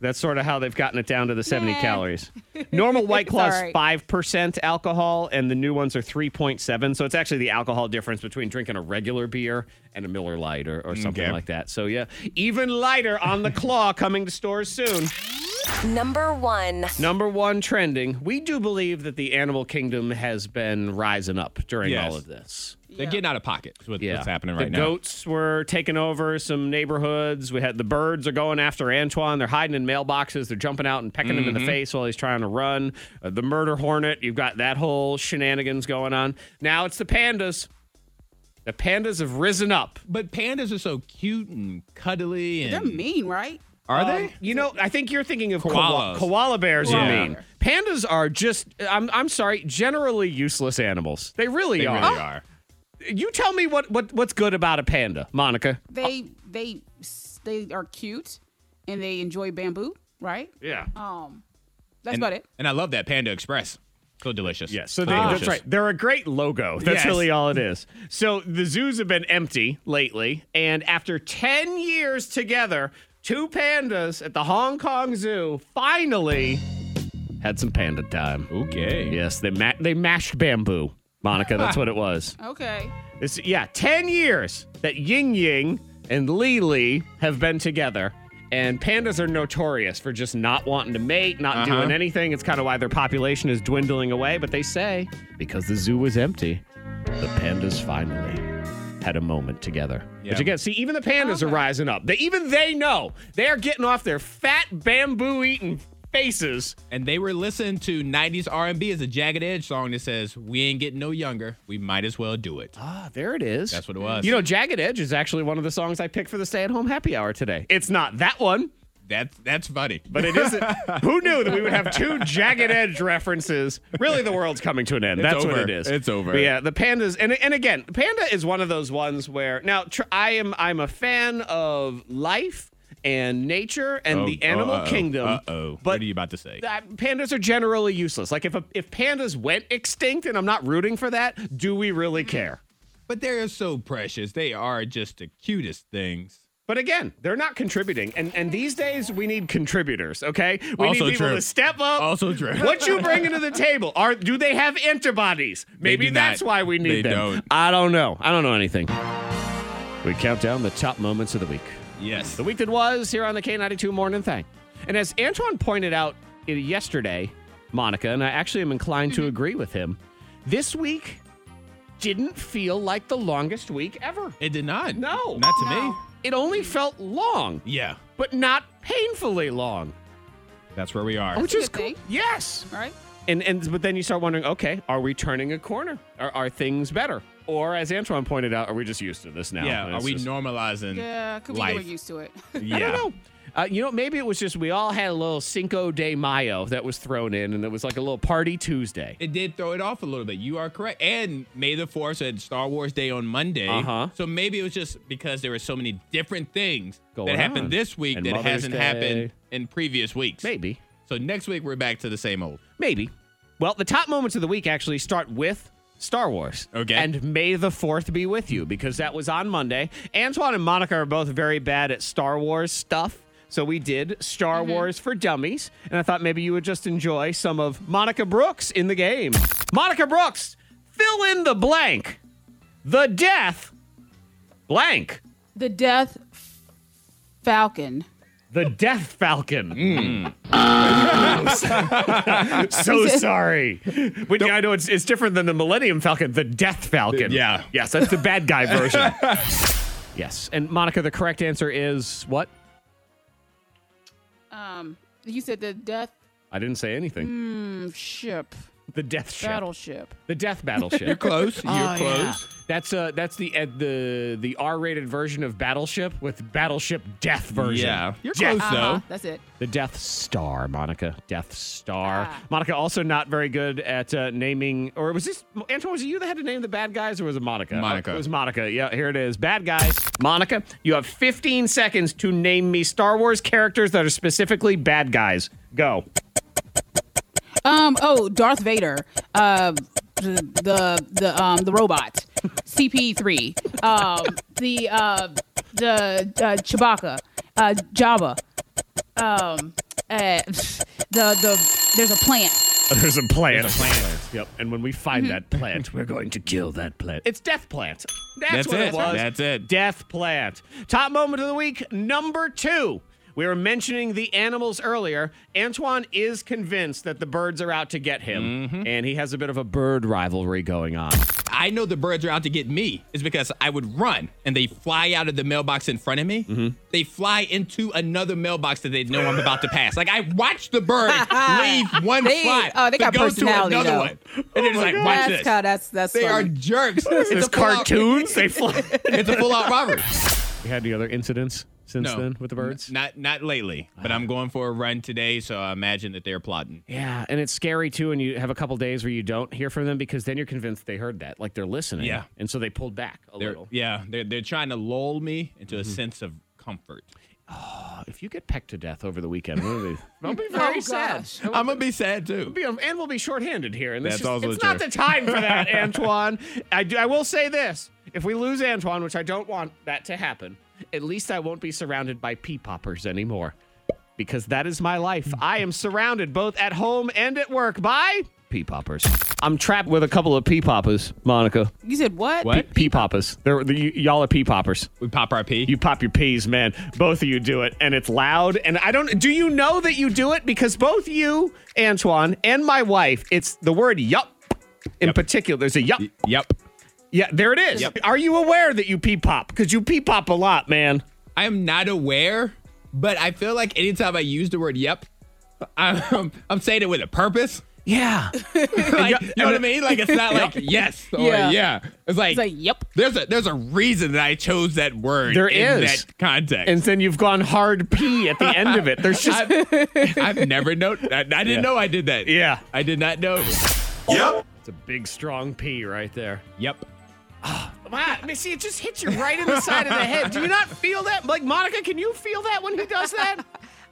S4: That's sort of how they've gotten it down to the 70
S6: Uh-uh. Nah.
S4: calories. Normal White
S6: It's
S4: Claw is
S6: all right.
S4: 5% alcohol, and the new ones are 3.7. So it's actually the alcohol difference between drinking a regular beer and a Miller Lite or, or something
S5: Okay.
S4: like that. So, yeah, even lighter on the claw coming to stores soon.
S2: Number one.
S4: Number one trending. We do believe that the animal kingdom has been rising up during
S5: Yes.
S4: all of this.
S5: They're getting out of pocket. Is what, What's happening
S4: the
S5: right now?
S4: goats were taking over some neighborhoods. We had the birds are going after Antoine. They're hiding in mailboxes. They're jumping out and pecking him
S5: Mm-hmm.
S4: in the face while he's trying to run. Uh, the murder hornet. You've got that whole shenanigans going on. Now it's the pandas. The pandas have risen up.
S5: But pandas are so cute and cuddly. And
S6: They're mean, right?
S5: Are
S4: Um,
S5: they?
S4: You know, I think you're thinking of koala,
S5: Koalas.
S4: koala bears. You
S5: Yeah.
S4: mean pandas are just? I'm I'm sorry, generally useless animals. They really
S5: They
S4: are. Ah,
S6: Oh,
S5: really are.
S4: You tell me what, what what's good about a panda, Monica?
S6: They they s- they are cute and they enjoy bamboo, right?
S4: Yeah.
S6: Um that's
S5: And,
S6: about it.
S5: and I love that Panda Express. So delicious.
S4: Yes, so they,
S5: Delicious.
S4: that's right. They're a great logo. That's
S5: Yes.
S4: really all it is. So the zoos have been empty lately, and after ten years together, two pandas at the Hong Kong Zoo finally had some panda time.
S5: Okay.
S4: Yes, they ma- they mashed bamboo, Monica. That's what it was.
S6: Okay.
S4: This, yeah, 10 years that Ying Ying and Li Li have been together. And pandas are notorious for just not wanting to mate, not doing anything. It's kind of why their population is dwindling away. But they say because the zoo was empty, the pandas finally had a moment together. Which
S5: Yeah.
S4: again, see, even the pandas are rising up. They, even they know they are getting off their fat bamboo eating faces.
S5: and they were listening to 90s R&B as a Jagged Edge song that says, "We ain't getting no younger. We might as well do it."
S4: Ah, there it is.
S5: That's what it was.
S4: You know, Jagged Edge is actually one of the songs I picked for the stay at home happy hour today. It's not that one,
S5: That's that's funny.
S4: but it isn't. Who knew that we would have two Jagged Edge references? Really, the world's coming to an end.
S5: It's
S4: That's what
S5: over.
S4: it is.
S5: It's over.
S4: But yeah, the pandas, and and again, panda is one of those ones where now tr- I am I'm a fan of life and nature and
S5: Oh,
S4: the animal
S5: uh-oh,
S4: kingdom.
S5: Uh-oh.
S4: But
S5: what are you about to say?
S4: that pandas are generally useless. Like if a, if pandas went extinct, and I'm not rooting for that, do we really care?
S5: But they are so precious. They are just the cutest things.
S4: But again, they're not contributing, and and these days we need contributors. Okay, we
S5: Also
S4: need people
S5: true.
S4: to step up.
S5: Also true.
S4: What you bringing to the table? Are do they have antibodies? Maybe
S5: do not.
S4: that's why we need
S5: They
S4: them.
S5: don't.
S4: I don't know. I don't know anything. We count down the top moments of the week.
S5: Yes.
S4: The week that was here on the K92 Morning Thing. And as Antoine pointed out i- yesterday, Monica, and I actually am inclined
S5: Mm-hmm.
S4: to agree with him, this week didn't feel like the longest week ever.
S5: It did not.
S4: No.
S5: Not to me.
S4: It only felt long,
S5: Yeah.
S4: but not painfully long,
S5: That's where we are.
S4: which
S6: a
S4: is
S6: good
S4: cool.
S6: thing.
S4: Yes.
S6: All right.
S4: And and but then you start wondering, okay, are we turning a corner? Are, are things better? Or as Antoine pointed out, are we just used to this now?
S5: yeah.
S4: And
S5: Are
S4: it's
S5: we
S4: just-
S5: normalizing?
S6: Yeah, could we
S5: life?
S6: get used to it?
S5: Yeah.
S4: I don't know. Uh, you know, maybe it was just we all had a little Cinco de Mayo that was thrown in, and it was like a little party Tuesday.
S5: It did throw it off a little bit. You are correct. And May the 4th said Star Wars Day on Monday.
S4: Uh-huh.
S5: So maybe it was just because there were so many different things
S4: Going
S5: that happened
S4: on.
S5: this week
S4: And
S5: that
S4: Mother's
S5: hasn't
S4: Day.
S5: happened in previous weeks.
S4: Maybe,
S5: So next week we're back to the same old.
S4: maybe. Well, the top moments of the week actually start with Star Wars.
S5: Okay.
S4: And May the Fourth be with you because that was on Monday. Antoine and Monica are both very bad at Star Wars stuff. So we did Star Wars for Dummies, and I thought maybe you would just enjoy some of Monica Brooks in the game. Monica Brooks, fill in the blank. The death blank.
S6: the Death Falcon.
S4: The Death Falcon.
S5: Hmm.
S4: so sorry. Which, I know it's, it's different than the Millennium Falcon, the Death Falcon.
S5: Yeah.
S4: Yes, that's the bad guy version. yes. And Monica, the correct answer is what?
S6: Um, you said the Death
S4: I didn't say anything.
S5: Mm.
S6: Ship
S4: The Death Ship.
S6: Battleship.
S4: The Death Battleship. You're
S5: Close. You're close.
S4: That's uh that's the uh, the the R-rated version of Battleship with Battleship Death version.
S5: Yeah. You're
S4: Death.
S5: close Uh-huh. though.
S6: That's it.
S4: The Death Star, Monica. Death Star.
S6: Ah.
S4: Monica also not very good at uh, naming, or was this, Antoine, was it you that had to name the bad guys, or was it Monica?
S5: Monica.
S4: It was Monica. Yeah, here it is. Bad guys. Monica, you have 15 seconds to name me Star Wars characters that are specifically bad guys. Go.
S6: Um. Oh, Darth Vader. Uh, the the the um the robot, CP three. Um, the uh the uh, Chewbacca, uh, Jabba. Um, uh, the the there's a plant.
S4: There's a plant. There's a plant. Yep. And when we find that plant, we're going to kill that plant. It's Death Plant. That's,
S5: That's
S4: what
S5: it.
S4: it, was.
S5: That's it.
S4: Death Plant. Top moment of the week, number two. We were mentioning the animals earlier. Antoine is convinced that the birds are out to get him, and he has a bit of a bird rivalry going on.
S5: I know the birds are out to get me is because I would run and they fly out of the mailbox in front of me.
S6: Mm-hmm.
S5: They fly into another mailbox that they know I'm about to pass. Like I watched the bird leave one
S6: They-
S5: spot.
S6: oh, they
S5: to
S6: got
S5: go
S6: personality,
S5: to another
S6: though. Oh
S5: one. And they're just like, watch this.
S6: that's that's
S5: they are jerks.
S4: It's
S5: It's a full-out-
S4: cartoons. they fly.
S5: It's a full out robbery.
S4: You had any other incidents since
S5: No.
S4: then with the birds?
S5: Not not lately, but I'm going for a run today, so I imagine that they're plotting.
S4: Yeah, and it's scary too. And you have a couple days where you don't hear from them because then you're convinced they heard that, like they're listening.
S5: Yeah.
S4: and so they pulled back a
S5: They're,
S4: little.
S5: yeah, they're they're trying to lull me into a
S6: Mm-hmm.
S5: sense of comfort.
S4: If you get pecked to death over the weekend, we'll be, I'll be very
S6: Oh,
S4: sad.
S6: gosh.
S5: I'm gonna be sad too.
S4: Be- um, And we'll be shorthanded here. And this
S5: That's
S4: is-
S5: also
S4: it's not
S5: true.
S4: the time for that, Antoine. I, do, I will say this. If we lose Antoine, which I don't want that to happen, at least I won't be surrounded by pea poppers anymore. Because that is my life. I am surrounded both at home and at work by pea poppers. I'm trapped with a couple of pea poppers, Monica.
S6: You said what?
S5: What?
S4: Pea poppers. They're, y- y'all are pea poppers.
S5: We pop our pee.
S4: You pop your peas, man. Both of you do it, and it's loud. And I don't. Do you know that you do it because both you, Antoine, and my wife, it's the word "yup" in particular. There's a "yup."
S5: yep.
S4: Yeah, there it is.
S5: Yup.
S4: Are you aware that you pee pop? Because you pee pop a lot, man.
S5: I am not aware, but I feel like anytime I use the word yep, I'm, I'm saying it with a purpose.
S1: Yeah.
S5: Like, you know what I mean? Like it's not like yes or
S6: Yeah.
S5: yeah. It's like,
S6: It's like, yep.
S5: There's a there's a reason that I chose that word.
S4: There
S5: in
S4: is.
S5: that context.
S4: And then you've gone hard P at the end of it. There's just
S5: I've, I've never known. I, I didn't know I did that.
S4: Yeah.
S5: I did not know.
S4: it's a big strong P right there.
S5: Yep.
S4: Wow, I mean, see, it just hits you right in the side of the head. Do you not feel that? Like Monica, can you feel that when he does that?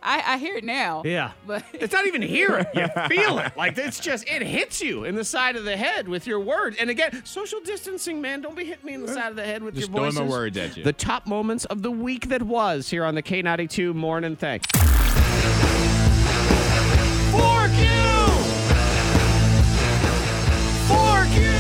S6: I, I hear it now.
S4: Yeah.
S6: But
S4: It's not even hear it. You feel it. Like it's just it hits you in the side of the head with your word. And again, social distancing, man. Don't be hitting me in the side of the head with
S5: Just
S4: your
S5: throwing
S4: voices.
S5: my words at you.
S4: The top moments of the week that was here on the K92 Morning Thing. Fork you! Fork you!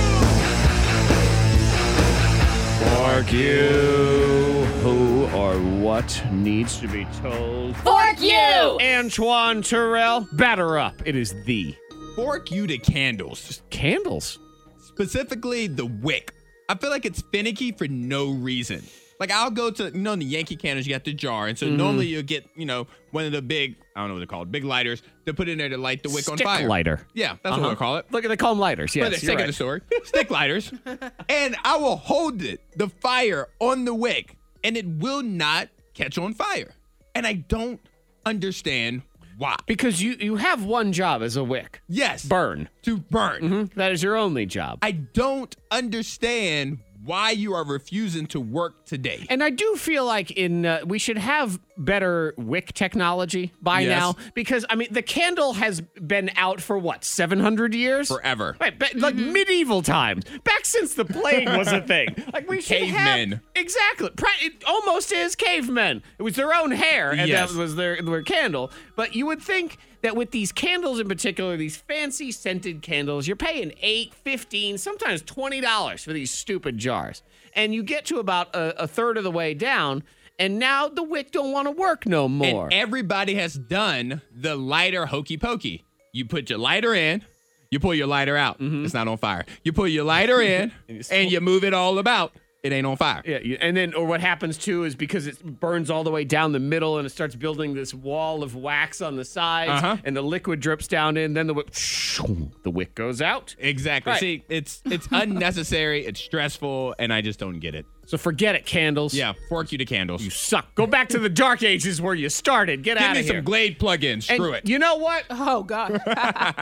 S4: Fork you! Who or what needs to be told?
S6: fork you.
S4: Antoine Terrell, batter up. It is the
S5: Fork you to candles,
S4: candles.
S5: specifically the wick. I feel like it's finicky for no reason. Like I'll go to you know in the Yankee candles you got the jar, and so
S4: Mm-hmm.
S5: normally you'll get you know one of the big I don't know what they're called big lighters to put in there to light the wick on
S4: Stick
S5: fire.
S4: lighter.
S5: Yeah, that's what
S4: Uh-huh.
S5: we'll call it.
S4: Look, they call them lighters.
S5: For
S4: Yes,
S5: the
S4: you're
S5: sake of
S4: right.
S5: the story, stick lighters, and I will hold it, the fire on the wick, and it will not catch on fire. And I don't understand why.
S4: Because you you have one job as a wick,
S5: Yes,
S4: burn. Mm-hmm.
S5: to burn.
S4: That is your only job.
S5: I don't understand why you are refusing to work today.
S4: And I do feel like in uh, we should have better wick technology by
S5: Yes.
S4: now because I mean the candle has been out for what 700 years
S5: Forever.
S4: Right, ba- like medieval times, back since the plague was a thing. Like we should
S5: Cavemen.
S4: have exactly. Pra- It almost is cavemen. It was their own hair, and
S5: Yes.
S4: that was their their candle. But you would think that with these candles in particular, these fancy scented candles, you're paying eight, fifteen, sometimes twenty dollars for these stupid jars, and you get to about a, a third of the way down, and now the wick don't want to work no more.
S5: And everybody has done the lighter hokey pokey. You put your lighter in, you pull your lighter out.
S4: Mm-hmm.
S5: It's not on fire. You put your lighter in and, you move it all about. It ain't on fire.
S4: Yeah, you, and then or what happens too is because it burns all the way down the middle and it starts building this wall of wax on the sides,
S5: Uh-huh.
S4: and the liquid drips down in. Then the wick, the wick goes out.
S5: Exactly.
S4: Right.
S5: See, it's it's unnecessary, it's stressful, and I just don't get it.
S4: So forget it, candles.
S5: Yeah, fork you to candles.
S4: you suck. Go back to the dark ages where you started. Get
S5: Give
S4: out
S5: me
S4: of here.
S5: some Glade plugins.
S4: And
S5: Screw it.
S4: You know what?
S6: Oh God.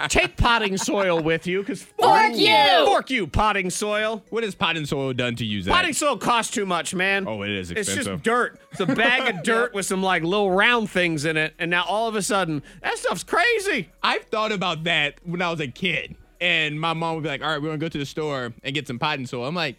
S4: Take potting soil with you, because fork
S6: you!
S4: fork you, potting soil.
S5: what has pot and soil done to you, Zach?
S4: Potting soil costs too much, man.
S5: Oh, it is
S4: It's just
S5: expensive.
S4: dirt. It's a bag of dirt with some like little round things in it, and now all of a sudden that stuff's crazy.
S5: I've thought about that when I was a kid, and my mom would be like, "All right, we're gonna go to the store and get some potting soil." I'm like,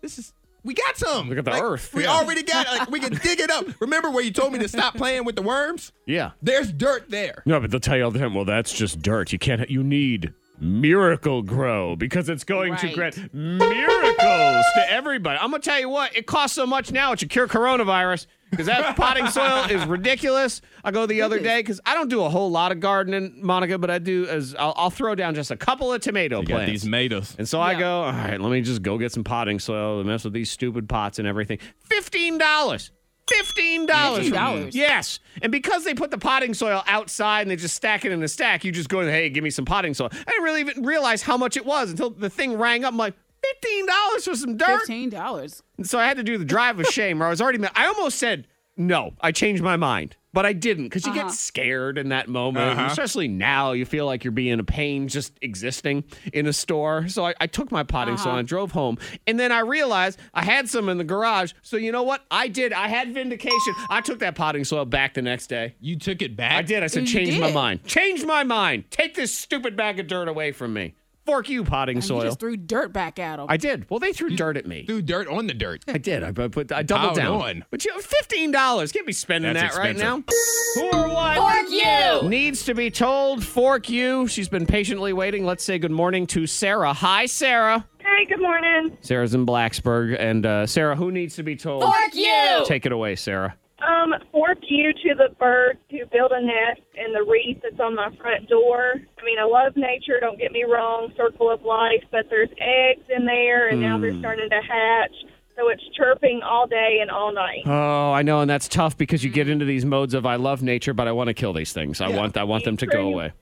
S5: "This is we got some.
S4: Look at the
S5: Like,
S4: earth,
S5: We
S4: yeah.
S5: already got. Like, we can dig it up. Remember where you told me to stop playing with the worms?
S4: Yeah.
S5: There's dirt there.
S4: No, but they'll tell you all the time, well, that's just dirt. You can't, you need Miracle Grow because it's going to
S6: Right.
S4: grant miracles to everybody. I'm going to tell you what, it costs so much now to cure coronavirus because that potting soil is ridiculous. I go the other day because I don't do a whole lot of gardening, Monica, but I do is I'll, I'll throw down just a couple of tomato plants.
S5: tomatoes.
S4: and so I go, all right, let me just go get some potting soil and mess with these stupid pots and everything. $15. $15.
S6: $15?
S4: Mm. Yes. And because they put the potting soil outside and they just stack it in a stack, you just go, hey, give me some potting soil. I didn't really even realize how much it was until the thing rang up. I'm like, $15 for some dirt?
S6: Fifteen dollars.
S4: And so I had to do the drive of shame where I was already mad. I almost said, no, I changed my mind. But I didn't because you
S6: Uh-huh.
S4: get scared in that moment, and especially now. You feel like you're being a pain just existing in a store. So I, I took my potting
S6: Uh-huh.
S4: soil and drove home. And then I realized I had some in the garage. So you know what? I did. I had vindication. I took that potting soil back the next day.
S5: You took it back.
S4: I did. I said,
S6: You
S4: change my
S6: did.
S4: mind. Change my mind. Take this stupid bag of dirt away from me. Fork you, potting
S6: You
S4: soil.
S6: just threw dirt back at him.
S4: I did. Well, they threw dirt at me.
S5: Threw dirt on the dirt.
S4: I did. I put. put- I doubled
S5: Piled
S4: down.
S5: on.
S4: But you know, fifteen dollars. Can't be spending
S5: That's
S4: that right
S5: expensive.
S4: now. Who or what? Fork you needs to be told. Fork you. She's been patiently waiting. Let's say good morning to Sarah. Hi, Sarah.
S8: Hey, good morning.
S4: Sarah's in Blacksburg, and uh, Sarah, who needs to be told? Fork you. Take it away, Sarah.
S8: Um, fork you to the birds who build a nest in the wreath that's on my front door. I mean, I love nature, don't
S5: Hmm.
S8: get me wrong, circle of life, but there's eggs in there, and now they're starting to hatch. So it's chirping all day and all night.
S4: Oh, I know, and that's tough because you get into these modes of I love nature, but I want to kill these things. I want I want them to go
S8: Pretty-
S4: away.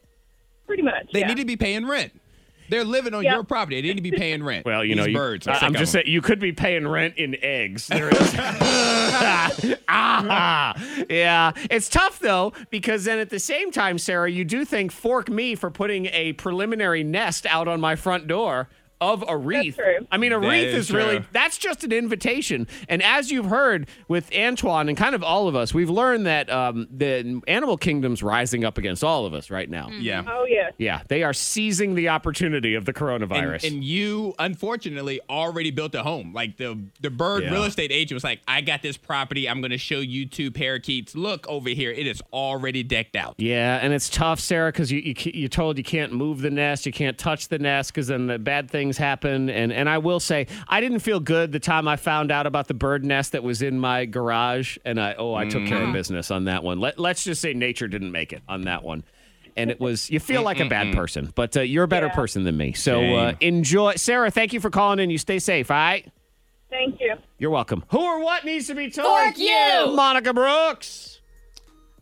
S8: Pretty much.
S5: They
S8: yeah.
S5: need to be paying rent. They're living on
S8: Yeah.
S5: your property. They need to be paying rent.
S4: Well, you know,
S5: These
S4: you,
S5: birds.
S4: I-
S5: sick
S4: I'm
S5: of
S4: just
S5: them.
S4: saying you could be paying rent in eggs. There is. ah, yeah, it's tough though because then at the same time, Sarah, you do think fork me for putting a preliminary nest out on my front door of a wreath.
S8: true.
S4: I mean, a
S5: That
S4: wreath
S5: is
S4: is, really
S5: true.
S4: that's just an invitation. And as you've heard with Antoine and kind of all of us, we've learned that um, the animal kingdom's rising up against all of us right now.
S5: Mm. Yeah.
S8: Oh yeah.
S4: Yeah, they are seizing the opportunity of the
S5: And-
S4: coronavirus.
S5: And, you unfortunately already built a home. Like the the bird
S4: Yeah.
S5: real estate agent was like, I got this property. I'm gonna show you two parakeets. Look over here. It is already decked out.
S4: Yeah, and it's tough, Sarah, because you, you ca- you're told you can't move the nest, you can't touch the nest, because then the bad things happen. And and I will say, I didn't feel good the time I found out about the bird nest that was in my garage, and I oh I took care of business on that one. Let Let's just say nature didn't make it on that one. And it was you feel like a bad person, but uh, you're a better person than me. So uh, enjoy, Sarah. Thank you for calling in. You stay safe. All right.
S8: Thank you.
S4: You're welcome. Who or what needs to be told? Fork you, Monica Brooks.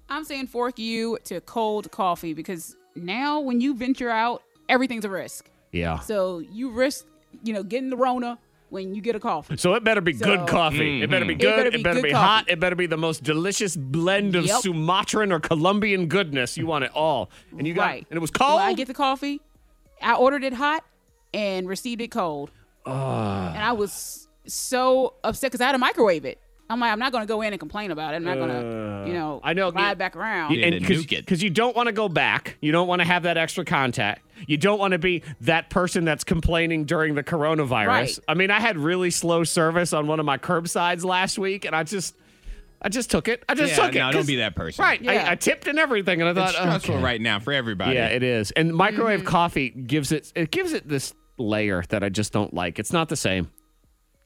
S6: I'm saying fork you to cold coffee because now when you venture out, everything's a risk.
S4: Yeah.
S6: So you risk, you know, getting the Rona when you get a coffee.
S4: So it better be
S6: So- Mm-hmm.
S4: good coffee. It better be good. It better be,
S6: good
S4: hot. It better be the most delicious blend of
S6: Yep.
S4: Sumatran or Colombian goodness. You want it all. And you got
S6: right.
S4: and it was cold.
S6: When I get the coffee. I ordered it hot and received it cold.
S4: Ah.
S6: and I was so upset because I had to microwave it. I'm like, I'm not gonna go in and complain about it. I'm not gonna, you know,
S4: Uh, I know,
S6: ride
S4: yeah.
S6: back around.
S4: You-
S5: Yeah,
S4: and
S5: to
S4: cause,
S5: nuke it.
S4: 'cause you don't want to go back. You don't want to have that extra contact. You don't want to be that person that's complaining during the coronavirus.
S6: Right.
S4: I mean, I had really slow service on one of my curbsides last week and I just I just took it. I just
S5: Yeah,
S4: took it.
S5: no, don't
S4: 'cause-
S5: be that person.
S4: Right.
S6: Yeah.
S4: I, I tipped and everything and I
S5: It's
S4: thought "Oh, "Okay."
S5: stressful right now for everybody.
S4: Yeah, it is. And microwave coffee gives it it gives it this layer that I just don't like. It's not the same.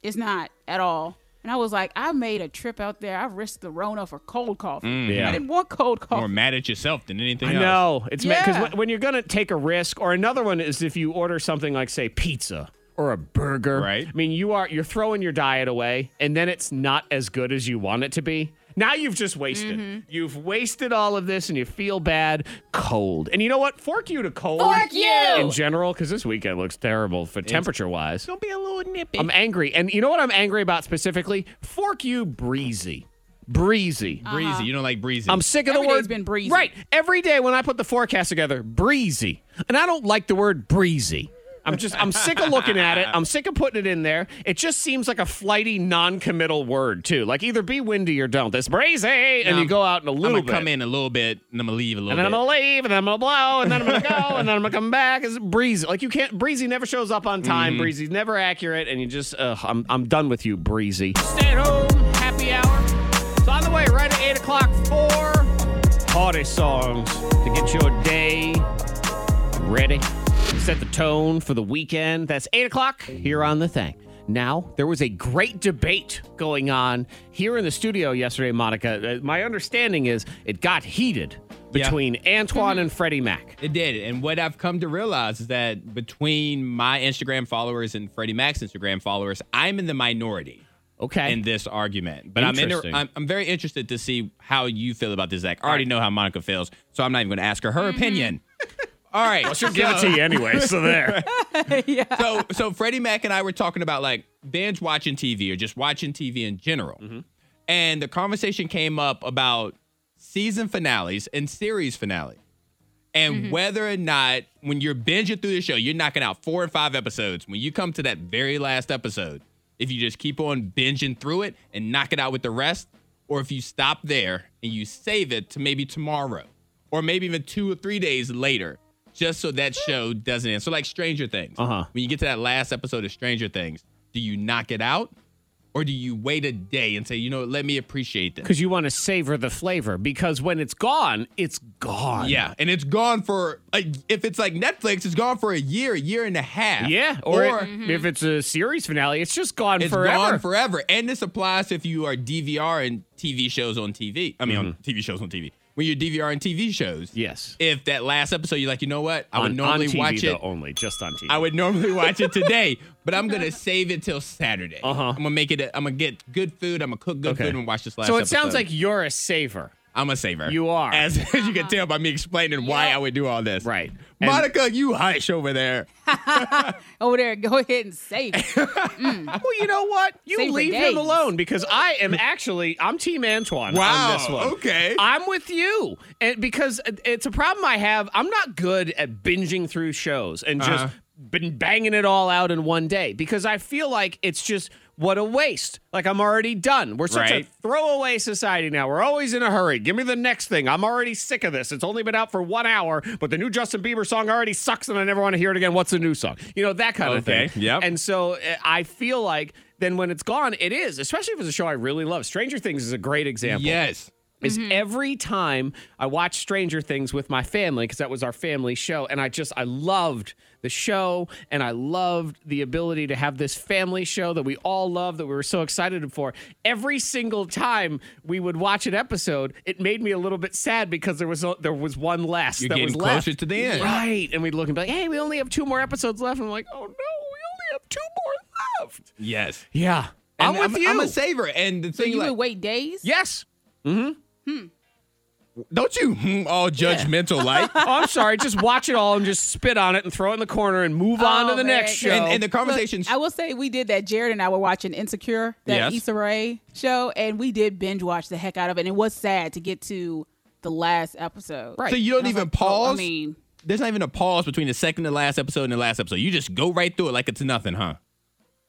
S6: It's not at all. And I was like, I made a trip out there. I risked the Rona for cold coffee.
S4: Mm, yeah.
S6: I didn't want cold
S5: More
S6: coffee.
S5: mad at yourself than anything
S4: I
S5: else.
S4: know. It's because
S6: Yeah.
S4: when, you're going to take a risk or another one is if you order something like say pizza or a burger.
S5: Right.
S4: I mean, you are you're throwing your diet away and then it's not as good as you want it to be. Now you've just wasted. You've wasted all of this and you feel bad cold. And you know what? Fork you to cold. Fork you. In general cuz this weekend looks terrible for temperature wise.
S5: Don't be a little nippy.
S4: I'm angry. And you know what I'm angry about specifically? Fork you, breezy. Breezy.
S5: breezy. You don't like breezy.
S4: I'm sick of
S6: Uh, Every
S4: the word.
S6: day's been breezy.
S4: Right. Every day when I put the forecast together, breezy. And I don't like the word breezy. I'm just, I'm sick of looking at it. I'm sick of putting it in there. It just seems like a flighty, non committal word, too. Like either be windy or don't. It's breezy. And
S5: No,
S4: you go out in a
S5: I'm
S4: little
S5: gonna
S4: bit.
S5: come in a little bit and I'm gonna leave a little
S4: And then I'm
S5: bit.
S4: gonna leave, and then I'm gonna blow, and then I'm gonna go, and then I'm gonna come back. It's breezy. Like you can't. Breezy never shows up on
S5: Mm-hmm.
S4: time. Breezy's never accurate, and you just. Ugh, I'm I'm done with you, Breezy. Stay at home. Happy hour. It's on the way. Right at eight o'clock. Four party songs to get your day ready. Set the tone for the weekend. That's eight o'clock here on the thing. Now, there was a great debate going on here in the studio yesterday, Monica. Uh, My understanding is it got heated
S5: Yeah.
S4: between Antoine and Freddie Mac.
S5: It did. And what I've come to realize is that between my Instagram followers and Freddie Mac's Instagram followers, I'm in the minority
S4: Okay.
S5: in this argument. But I'm, inter-
S4: Interesting.
S5: I'm I'm very interested to see how you feel about this, Zach. I already know how Monica feels, so I'm not even going to ask her her opinion. All right. Well, she'll
S4: Give it to you anyway, so there.
S5: so so Freddie Mac and I were talking about like binge watching TV or just watching TV in general. And the conversation came up about season finales and series finale. And whether or not when you're binging through the show, you're knocking out four or five episodes. When you come to that very last episode, if you just keep on binging through it and knock it out with the rest, or if you stop there and you save it to maybe tomorrow, or maybe even two or three days later, just so that show doesn't end. So like Stranger Things.
S4: Uh-huh.
S5: When you get to that last episode of Stranger Things, do you knock it out? Or do you wait a day and say, you know, what, let me appreciate this?
S4: Because you want to savor the flavor, because when it's gone, it's gone.
S5: Yeah, and it's gone for a, if it's like Netflix, it's gone for a year, a year and a half.
S4: Yeah. Or,
S5: or,
S4: it- if it's a series finale, it's just gone
S5: it's
S4: forever.
S5: gone
S4: Mm-hmm.
S5: forever. And this applies if you are DVR and TV shows on TV. I mean, on TV shows on TV, when you're DVRing TV shows.
S4: Yes.
S5: If that last episode, you're like, you know what? I would
S4: on,
S5: normally
S4: on TV,
S5: watch
S4: though,
S5: it.
S4: only just on TV.
S5: I would normally watch it today, but I'm gonna save it till Saturday. Uh-huh. I'm gonna make it. A, I'm gonna get good food. I'm gonna cook good
S4: Okay.
S5: food and watch this last.
S4: so it sounds
S5: episode.
S4: like you're a saver.
S5: I'm a saver.
S4: You are.
S5: as, as you can tell by me explaining why I would do all this.
S4: Right. And-
S5: Monica, you hush over there.
S6: Over there, go ahead and save. it.
S4: Well, you know what? You
S6: Save for
S4: leave
S6: days.
S4: him alone because I am actually I'm Team Antoine
S5: Wow,
S4: on this one.
S5: okay.
S4: I'm with you, and because it- it's a problem I have. I'm not good at binging through shows and just
S5: Uh-huh.
S4: been banging it all out in one day because I feel like it's just what a waste. Like I'm already done. We're such
S5: Right.
S4: a throwaway society now. We're always in a hurry. Give me the next thing. I'm already sick of this. It's only been out for one hour, but the new Justin Bieber song already sucks, and I never want to hear it again. What's the new song? You know that kind of
S5: Okay,
S4: thing.
S5: yep.
S4: And so uh, I feel like then when it's gone, it is, especially if it's a show I really love. Stranger Things is a great example.
S5: Yes.
S4: Is every time I watch Stranger Things with my family, because that was our family show, and I just, I loved the show and I loved the ability to have this family show that we all love, that we were so excited for. Every single time we would watch an episode, it made me a little bit sad because there was, there was one less
S5: You're
S4: that
S5: getting
S4: was
S5: closer
S4: left.
S5: to the end.
S4: Right. And we'd look and be like, hey, we only have two more episodes left. And I'm like, oh no, we only have two more left.
S5: Yes.
S4: Yeah.
S5: And
S4: I'm with you.
S5: I'm a saver. And the
S6: So
S5: thing
S6: you
S5: like,
S6: would wait days?
S4: yes.
S5: don't you hmm, all judgmental like?
S4: Oh, I'm sorry. Just watch it all and just spit on it and throw it in the corner and move on to
S6: Oh,
S4: the
S6: man.
S4: next show.
S5: and, and the
S6: Look,
S5: conversations.
S6: I will say we did that. Jared and I were watching Insecure,
S5: Yes.
S6: that Issa Rae show, and we did binge watch the heck out of it. And it was sad to get to the last episode.
S5: so you don't
S6: And I was
S5: even
S6: like,
S5: pause.
S6: oh, I mean,
S5: there's not even a pause between the second to last episode and the last episode. You just go right through it like it's nothing, huh?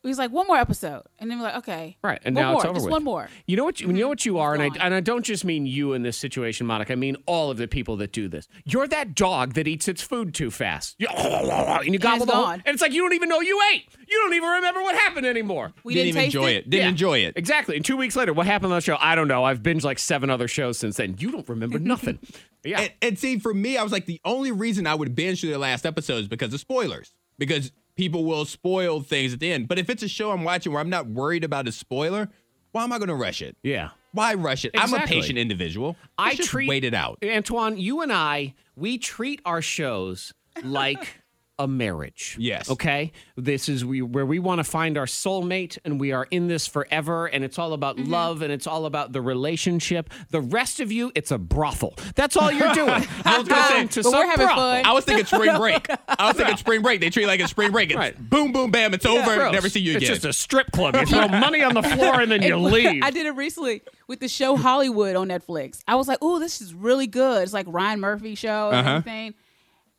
S6: we was like one more episode, and then we're like, okay,
S4: Right, and
S6: one
S4: now
S6: more,
S4: it's over
S6: just
S4: with.
S6: one more.
S4: You know what you, you know what you are, and
S6: gone.
S4: I and I don't just mean you in this situation, Monica. I mean all of the people that do this. You're that dog that eats its food too fast, You- and you gobble the whole,
S6: gone.
S4: and it's like you don't even know you ate. You don't even remember what happened anymore.
S6: We
S5: didn't,
S6: didn't,
S5: even
S6: taste
S5: enjoy it. Didn't
S4: Yeah.
S5: enjoy it.
S4: Exactly. And two weeks later, what happened on the show? I don't know. I've binged like seven other shows since then. You don't remember nothing. Yeah.
S5: And, and see, for me, I was like, the only reason I would binge through the last episode is because of spoilers, because people will spoil things at the end. But if it's a show I'm watching where I'm not worried about a spoiler, why am I going to rush it?
S4: yeah.
S5: Why rush it? I'm a
S4: Exactly.
S5: patient individual. Let's just wait it out.
S4: Antoine, you and I, we treat our shows like a marriage.
S5: Yes.
S4: Okay. This is we where we want to find our soulmate, and we are in this forever, and it's all about
S6: Mm-hmm.
S4: love, and it's all about the relationship. The rest of you, it's a brothel. That's all you're doing. You're going to
S6: but we're
S4: some brothel.
S6: having fun.
S5: I was thinking spring break. I was thinking spring break. They treat it like a spring break. It's
S4: Right.
S5: boom, boom, bam. It's over.
S4: Gross.
S5: Never see you
S4: It's
S5: again.
S4: just a strip club. You throw money on the floor and then you leave.
S6: I did it recently with the show Hollywood on Netflix. I was like, "Ooh, this is really good." It's like Ryan Murphy show and everything.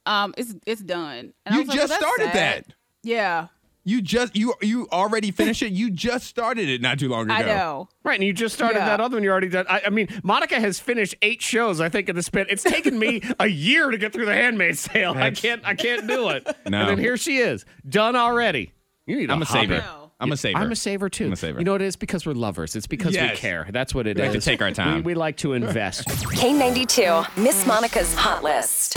S6: Um, it's it's done. And I
S5: Uh-huh. you
S6: was like,
S5: just
S6: "Well, that's
S5: started
S6: sad."
S5: that.
S6: Yeah,
S5: You just you you already finished it. You just started it not too long ago.
S6: I know.
S4: Right, and you just started
S6: Yeah.
S4: that other one. You already done. I, I mean, Monica has finished eight shows. I think in the span. It's taken me a year to get through the Handmaid's Tale. I
S5: That's-
S4: can't. I can't do it.
S5: No.
S4: And then here she is, done already. You need.
S5: I'm a
S4: hobby.
S5: saver.
S6: No.
S5: I'm a saver.
S4: I'm a saver too.
S5: I'm a saver.
S4: You know what it is? Because we're lovers. It's because we
S5: Yes.
S4: care. That's what it is.
S5: We like to take our time.
S4: We, we like to invest.
S2: K92, Miss Monica's Hot List.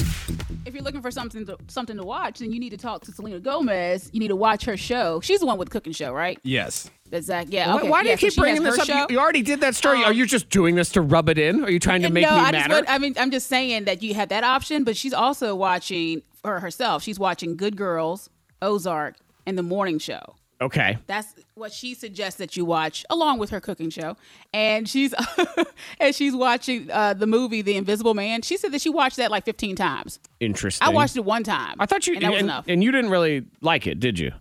S6: If you're looking for something to, something to watch, then you need to talk to Selena Gomez. You need to watch her show. She's the one with the cooking show, right?
S5: Yes.
S6: That's Zach. Yeah.
S4: Why-
S6: okay,
S4: Why do
S6: yeah,
S4: you keep
S6: so she has
S4: bringing this
S6: her
S4: up?
S6: Show.
S4: You, you already did that story. Are you just doing this to rub it in? Are you trying to
S6: And
S4: make
S6: Uh, no,
S4: me
S6: I just
S4: matter?
S6: want, I mean, I'm just saying that you have that option, but she's also watching for herself. She's watching Good Girls, Ozark, and The Morning Show.
S4: okay.
S6: That's what she suggests that you watch along with her cooking show. And she's and she's watching uh, the movie The Invisible Man. She said that she watched that like 15 times.
S4: Interesting.
S6: I watched it one time.
S4: I thought you
S6: and that was enough.
S4: and you didn't really like it, did you?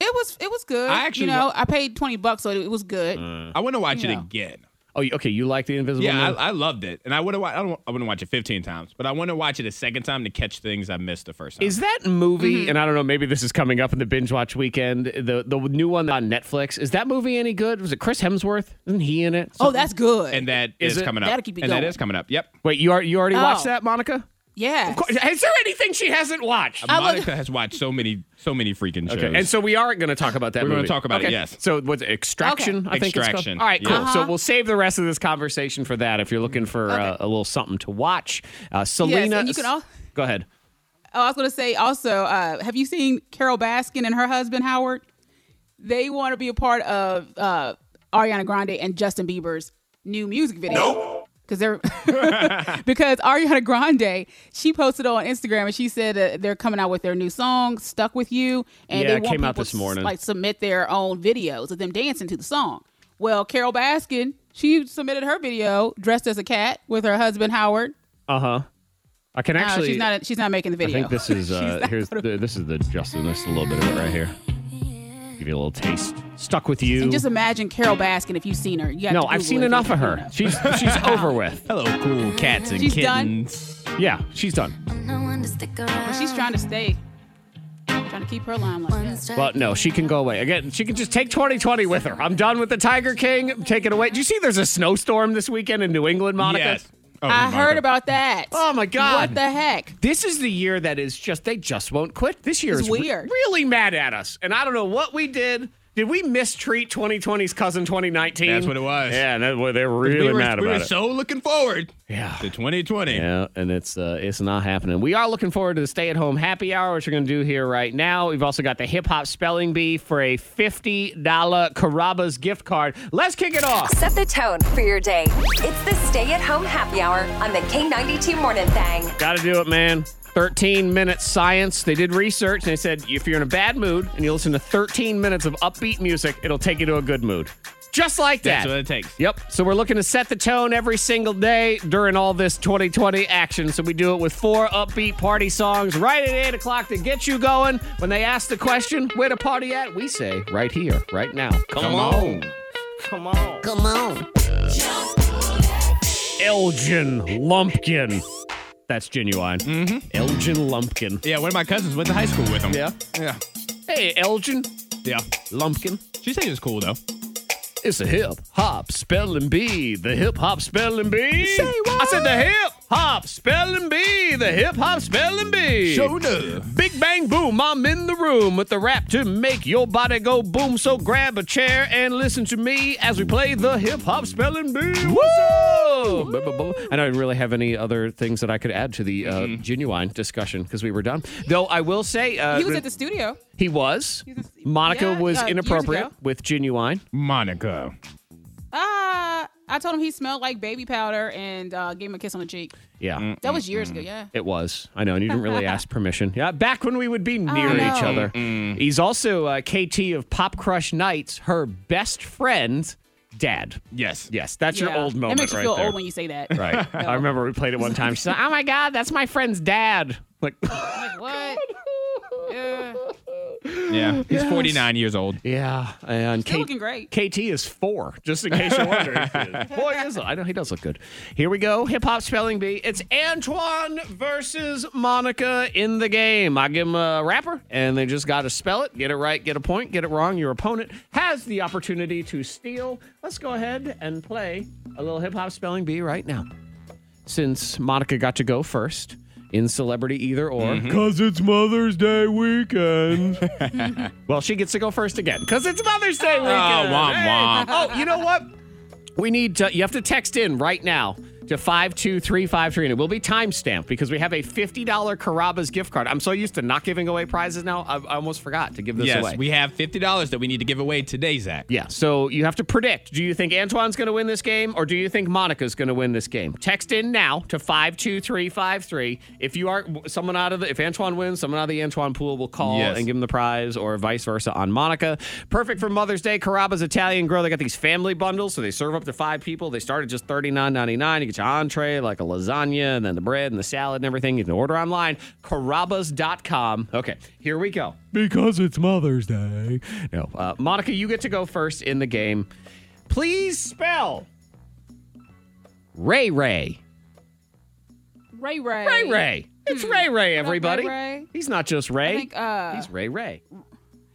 S6: it was it was good.
S5: I actually
S6: you know,
S5: wa- Uh-huh.
S6: I paid 20 bucks so it was good.
S5: I want to watch it
S6: Yeah.
S5: again.
S4: Oh, you- okay. You like the Invisible Man?
S5: Yeah, I, I loved it, and I would have. I don't. I wouldn't watch it 15 times, but I want to watch it a second time to catch things I missed the first time.
S4: Is that movie?
S6: Mm-hmm.
S4: And I don't know. Maybe this is coming up in the binge watch weekend. The the new one on Netflix. Is that movie any good? Was it Chris Hemsworth? Isn't he in it?
S6: oh, that's good.
S5: and that
S4: Is
S5: is,
S4: it-
S5: coming up.
S6: That'll keep you
S5: and that
S6: going.
S5: is coming up. Yep.
S4: Wait, you are you already watched
S6: Oh.
S4: that, Monica?
S6: yeah.
S4: Of course. Is there anything she hasn't watched?
S6: would-
S5: Monica has watched so many, so many freaking shows.
S4: Okay, and so we are going to talk about that.
S5: We're
S4: going
S5: gonna
S4: to
S5: talk about it, yes.
S4: So what's it, extraction? I think it's called.
S5: Extraction,
S4: All right, cool.
S5: yeah.
S4: So
S6: Uh-huh.
S4: we'll save the rest of this conversation for that. If you're looking for uh, a little something to watch, uh, Selena.
S6: and you can al-
S4: go ahead.
S6: Oh, I was going to say also, uh, have you seen Carol Baskin and her husband Howard? They want to be a part of uh, Ariana Grande and Justin Bieber's new music video. because they're because Ariana Grande she posted on Instagram and she said uh, they're coming out with their new song "Stuck with You" and
S4: Yeah,
S6: they
S4: it
S6: want
S4: came out
S6: people
S4: this morning.
S6: to, like submit their own videos of them dancing to the song. Well, Carol Baskin she submitted her video dressed as a cat with her husband Howard.
S4: Uh huh. I can
S6: No,
S4: actually.
S6: she's not she's not making the
S4: I
S6: video.
S4: think this is uh, here's the, this is the Justin. This is a little bit of it right here. Give you a little taste. Stuck with you.
S6: and just imagine Carol Baskin if you've seen her. You have
S4: no,
S6: to
S4: I've
S6: Google
S4: seen
S6: it if
S4: enough
S6: you
S4: of
S6: don't
S4: her.
S6: know.
S4: She's she's over with.
S5: Hello, cool cats and
S6: She's done.
S5: kittens.
S4: Yeah, she's done.
S3: No one to stick
S6: But
S3: around.
S6: she's trying to stay, trying to keep her limelight.
S4: Well, no, she can go away again. She can just take 2020 with her. I'm done with the Tiger King. Take it away. Do you see? There's a snowstorm this weekend in New England, Monica.
S5: Yes. Oh,
S6: I
S5: Monica.
S6: heard about that.
S4: Oh, my God.
S6: What the heck?
S4: This is the year that is just they just won't quit. This year
S6: It's
S4: is re-
S6: weird.
S4: really mad at us, and I don't know what we did. Did we mistreat 2020's cousin 2019?
S5: That's what it was.
S4: Yeah, that, well, they're really
S5: we were,
S4: mad
S5: we
S4: about
S5: were
S4: it.
S5: so looking forward
S4: Yeah.
S5: to 2020.
S4: Yeah, and it's uh, it's not happening. We are looking forward to the stay at home happy hour, which we're going to do here right now. We've also got the hip hop spelling bee for a fifty dollar Carabas gift card. Let's kick it off.
S2: Set the tone for your day. It's the stay at home happy hour on the K92 Morning Thang.
S4: Got to do it, man. 13 minute science. They did research and they said if you're in a bad mood and you listen to 13 minutes of upbeat music, it'll take you to a good mood. Just like that.
S5: That's what it takes.
S4: Yep. So we're looking to set the tone every single day during all this 2020 action. So we do it with four upbeat party songs right at 8 o'clock to get you going. When they ask the question, where to party at, we say right here, right now. Come, on. Come on. Come on. Elgin Lumpkin. That's genuine. Mm-hmm. Elgin Lumpkin.
S5: Yeah, one of my cousins went to high school with him.
S4: Yeah.
S5: Yeah.
S4: Hey, Elgin
S5: Yeah.
S4: Lumpkin.
S5: She said it was cool, though.
S4: It's a hip hop spelling bee. The hip hop spelling bee. Say what? I said the hip hop spelling bee. The hip hop spelling bee.
S5: no.
S4: Big bang boom, I'm in the room with the rap to make your body go boom. So grab a chair and listen to me as we play the hip hop spelling bee. What's up? I don't really have any other things that I could add to the uh, genuine discussion because we were done. Though I will say, uh,
S6: He was at the studio.
S4: he was.
S6: He was at-
S4: Monica
S6: yeah,
S4: was
S6: uh, years
S4: inappropriate
S6: ago.
S4: with genuine.
S5: Monica.
S6: Ah, I told him he smelled like baby powder and uh, gave him a kiss on the cheek.
S4: Yeah.
S6: That was years
S4: Mm-hmm.
S6: ago. Yeah.
S4: It was. I know. And you didn't really ask permission. Yeah, back when we would be near
S6: Oh, no.
S4: each other. He's also uh, KT of Pop Crush Nights, her best friend's dad.
S5: Yes.
S4: Yes, that's your
S6: Yeah.
S4: old moment
S6: That makes you
S4: right
S6: feel
S4: there.
S6: old when you say that.
S4: right. I remember we played it one time. She's like, oh my God, that's my friend's dad. Like,
S6: Like what? Yeah.
S5: Yeah. He's 49 years old.
S4: yeah. And
S6: Still
S4: K-
S6: looking great.
S4: KT is four, just in case you're wondering. Boy, is it. I know he does look good. Here we go. Hip hop spelling bee. It's Antoine versus Monica in the game. I give him a rapper, and they just got to spell it, get it right, get a point, get it wrong. Your opponent has the opportunity to steal. Let's go ahead and play a little hip hop spelling bee right now. Since Monica got to go first in celebrity either or.
S5: Because it's Mother's Day weekend.
S4: Well, she gets to go first again because it's Mother's Day weekend.
S5: Oh, womp
S4: Hey.
S5: womp.
S4: Oh, you know what? We need to, you have to text in right now to 52353 and it will be timestamped because we have a $50 Carrabba's gift card. I'm so used to not giving away prizes now, I, I almost forgot to give this
S5: yes.
S4: away.
S5: We have $50 that we need to give away today, Zach.
S4: yeah, so you have to predict. Do you think Antoine's going to win this game or do you think Monica's going to win this game? Text in now to 52353. If you are someone out of the if Antoine wins, someone out of the Antoine pool will call
S5: Yes.
S4: and give him the prize or vice versa on Monica. Perfect for Mother's Day. Carrabba's Italian Grill. They got these family bundles, so they serve up to five people. They start at just $39.99. You get your entree, like a lasagna, and then the bread and the salad and everything. You can order online, carrabba's.com. Okay, here we go. Because it's Mother's Day. No, uh, Monica, you get to go first in the game. Please spell Ray Ray.
S6: Ray Ray. Hmm.
S4: Ray Ray. It's Ray Ray, everybody.
S6: Ray Ray.
S4: He's not just Ray.
S6: I think uh,
S4: He's Ray Ray.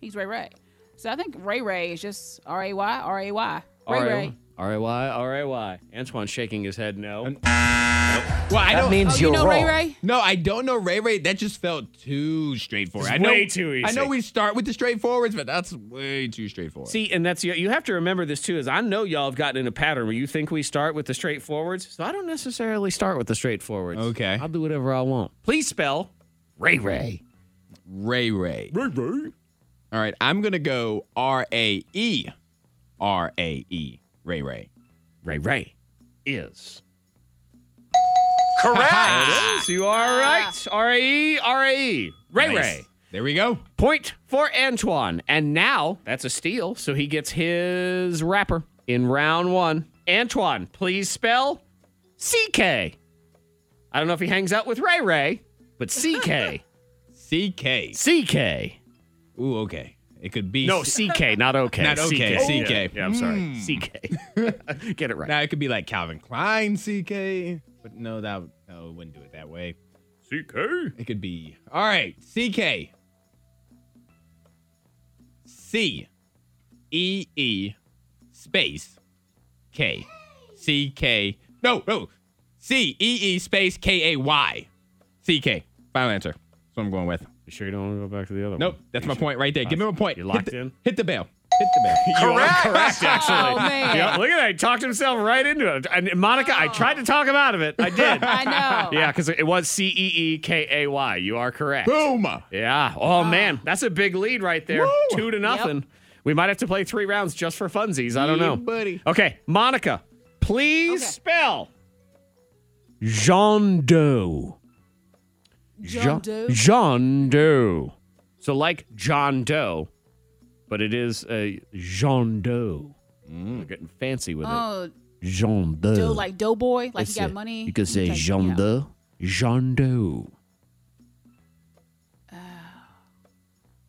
S6: he's Ray Ray. So I think Ray Ray is just R A Y R A Y. Ray
S4: R-A-
S6: Ray.
S4: R-A-Y, R-A-Y. Antoine's shaking his head no.
S5: Well, I don't.
S6: Oh, you know Ray Ray?
S5: No, I don't know Ray Ray. That just felt too straightforward.
S4: It's
S5: I know,
S4: way too easy.
S5: I know we start with the straightforwards, but that's way too straightforward.
S4: See, and that's you have to remember this too, is I know y'all have gotten in a pattern where you think we start with the straightforwards. So I don't necessarily start with the straightforwards.
S5: Okay.
S4: I'll do whatever I want. Please spell Ray Ray.
S5: Ray Ray.
S4: Ray Ray.
S5: All right, I'm gonna go R A E, R A E, Ray Ray.
S4: Ray Ray is
S7: Correct.
S4: Yes, you are right. R A E R A E. Ray Ray.
S5: There we go.
S4: Point for Antoine. And now that's a steal, so he gets his wrapper in round one. Antoine, please spell CK. I don't know if he hangs out with Ray Ray, but CK.
S5: CK.
S4: CK.
S5: Ooh, okay. It could be
S4: No, CK, not okay.
S5: Not okay,
S4: CK. Yeah,
S5: CK.
S4: yeah, I'm sorry. CK. Hmm. Get it right.
S5: Now it could be like Calvin Klein CK, but no, that would- no, it wouldn't do it that way.
S4: CK.
S5: It could be all right. CK. C E E space K C K no no C E E space K A Y C K final answer. That's what I'm going with.
S4: You sure you don't want to go back to the other
S5: Nope,
S4: one?
S5: that's my point right there. Give me a point.
S4: You're locked
S5: hit the,
S4: in?
S5: Hit the bell. Hit the bell.
S7: Correct.
S6: Oh, man.
S4: Yeah, look at that. He talked himself right into it. And Monica, I tried to talk him out of it. I did.
S6: I know.
S4: yeah, because it was C E E K A Y. You are correct.
S5: Boom.
S4: Yeah. Oh,
S6: Ah.
S4: man, that's a big lead right there. Two to nothing. We might have to play three rounds just for funsies. I don't
S5: Yeah,
S4: know.
S5: buddy.
S4: Okay, Monica, please
S6: Okay.
S4: spell Jean Doe.
S6: John Doe.
S4: Jean Doe. So like John Doe, but it is a Jean Doe. We're getting fancy with
S6: Mm. Oh,
S4: it. Jean Doe.
S6: Doe like Doughboy, like
S4: It's
S6: he got
S4: a-
S6: money.
S4: Uh, You could say
S6: Okay,
S4: Jean
S6: yeah.
S4: Doe. Jean Doe.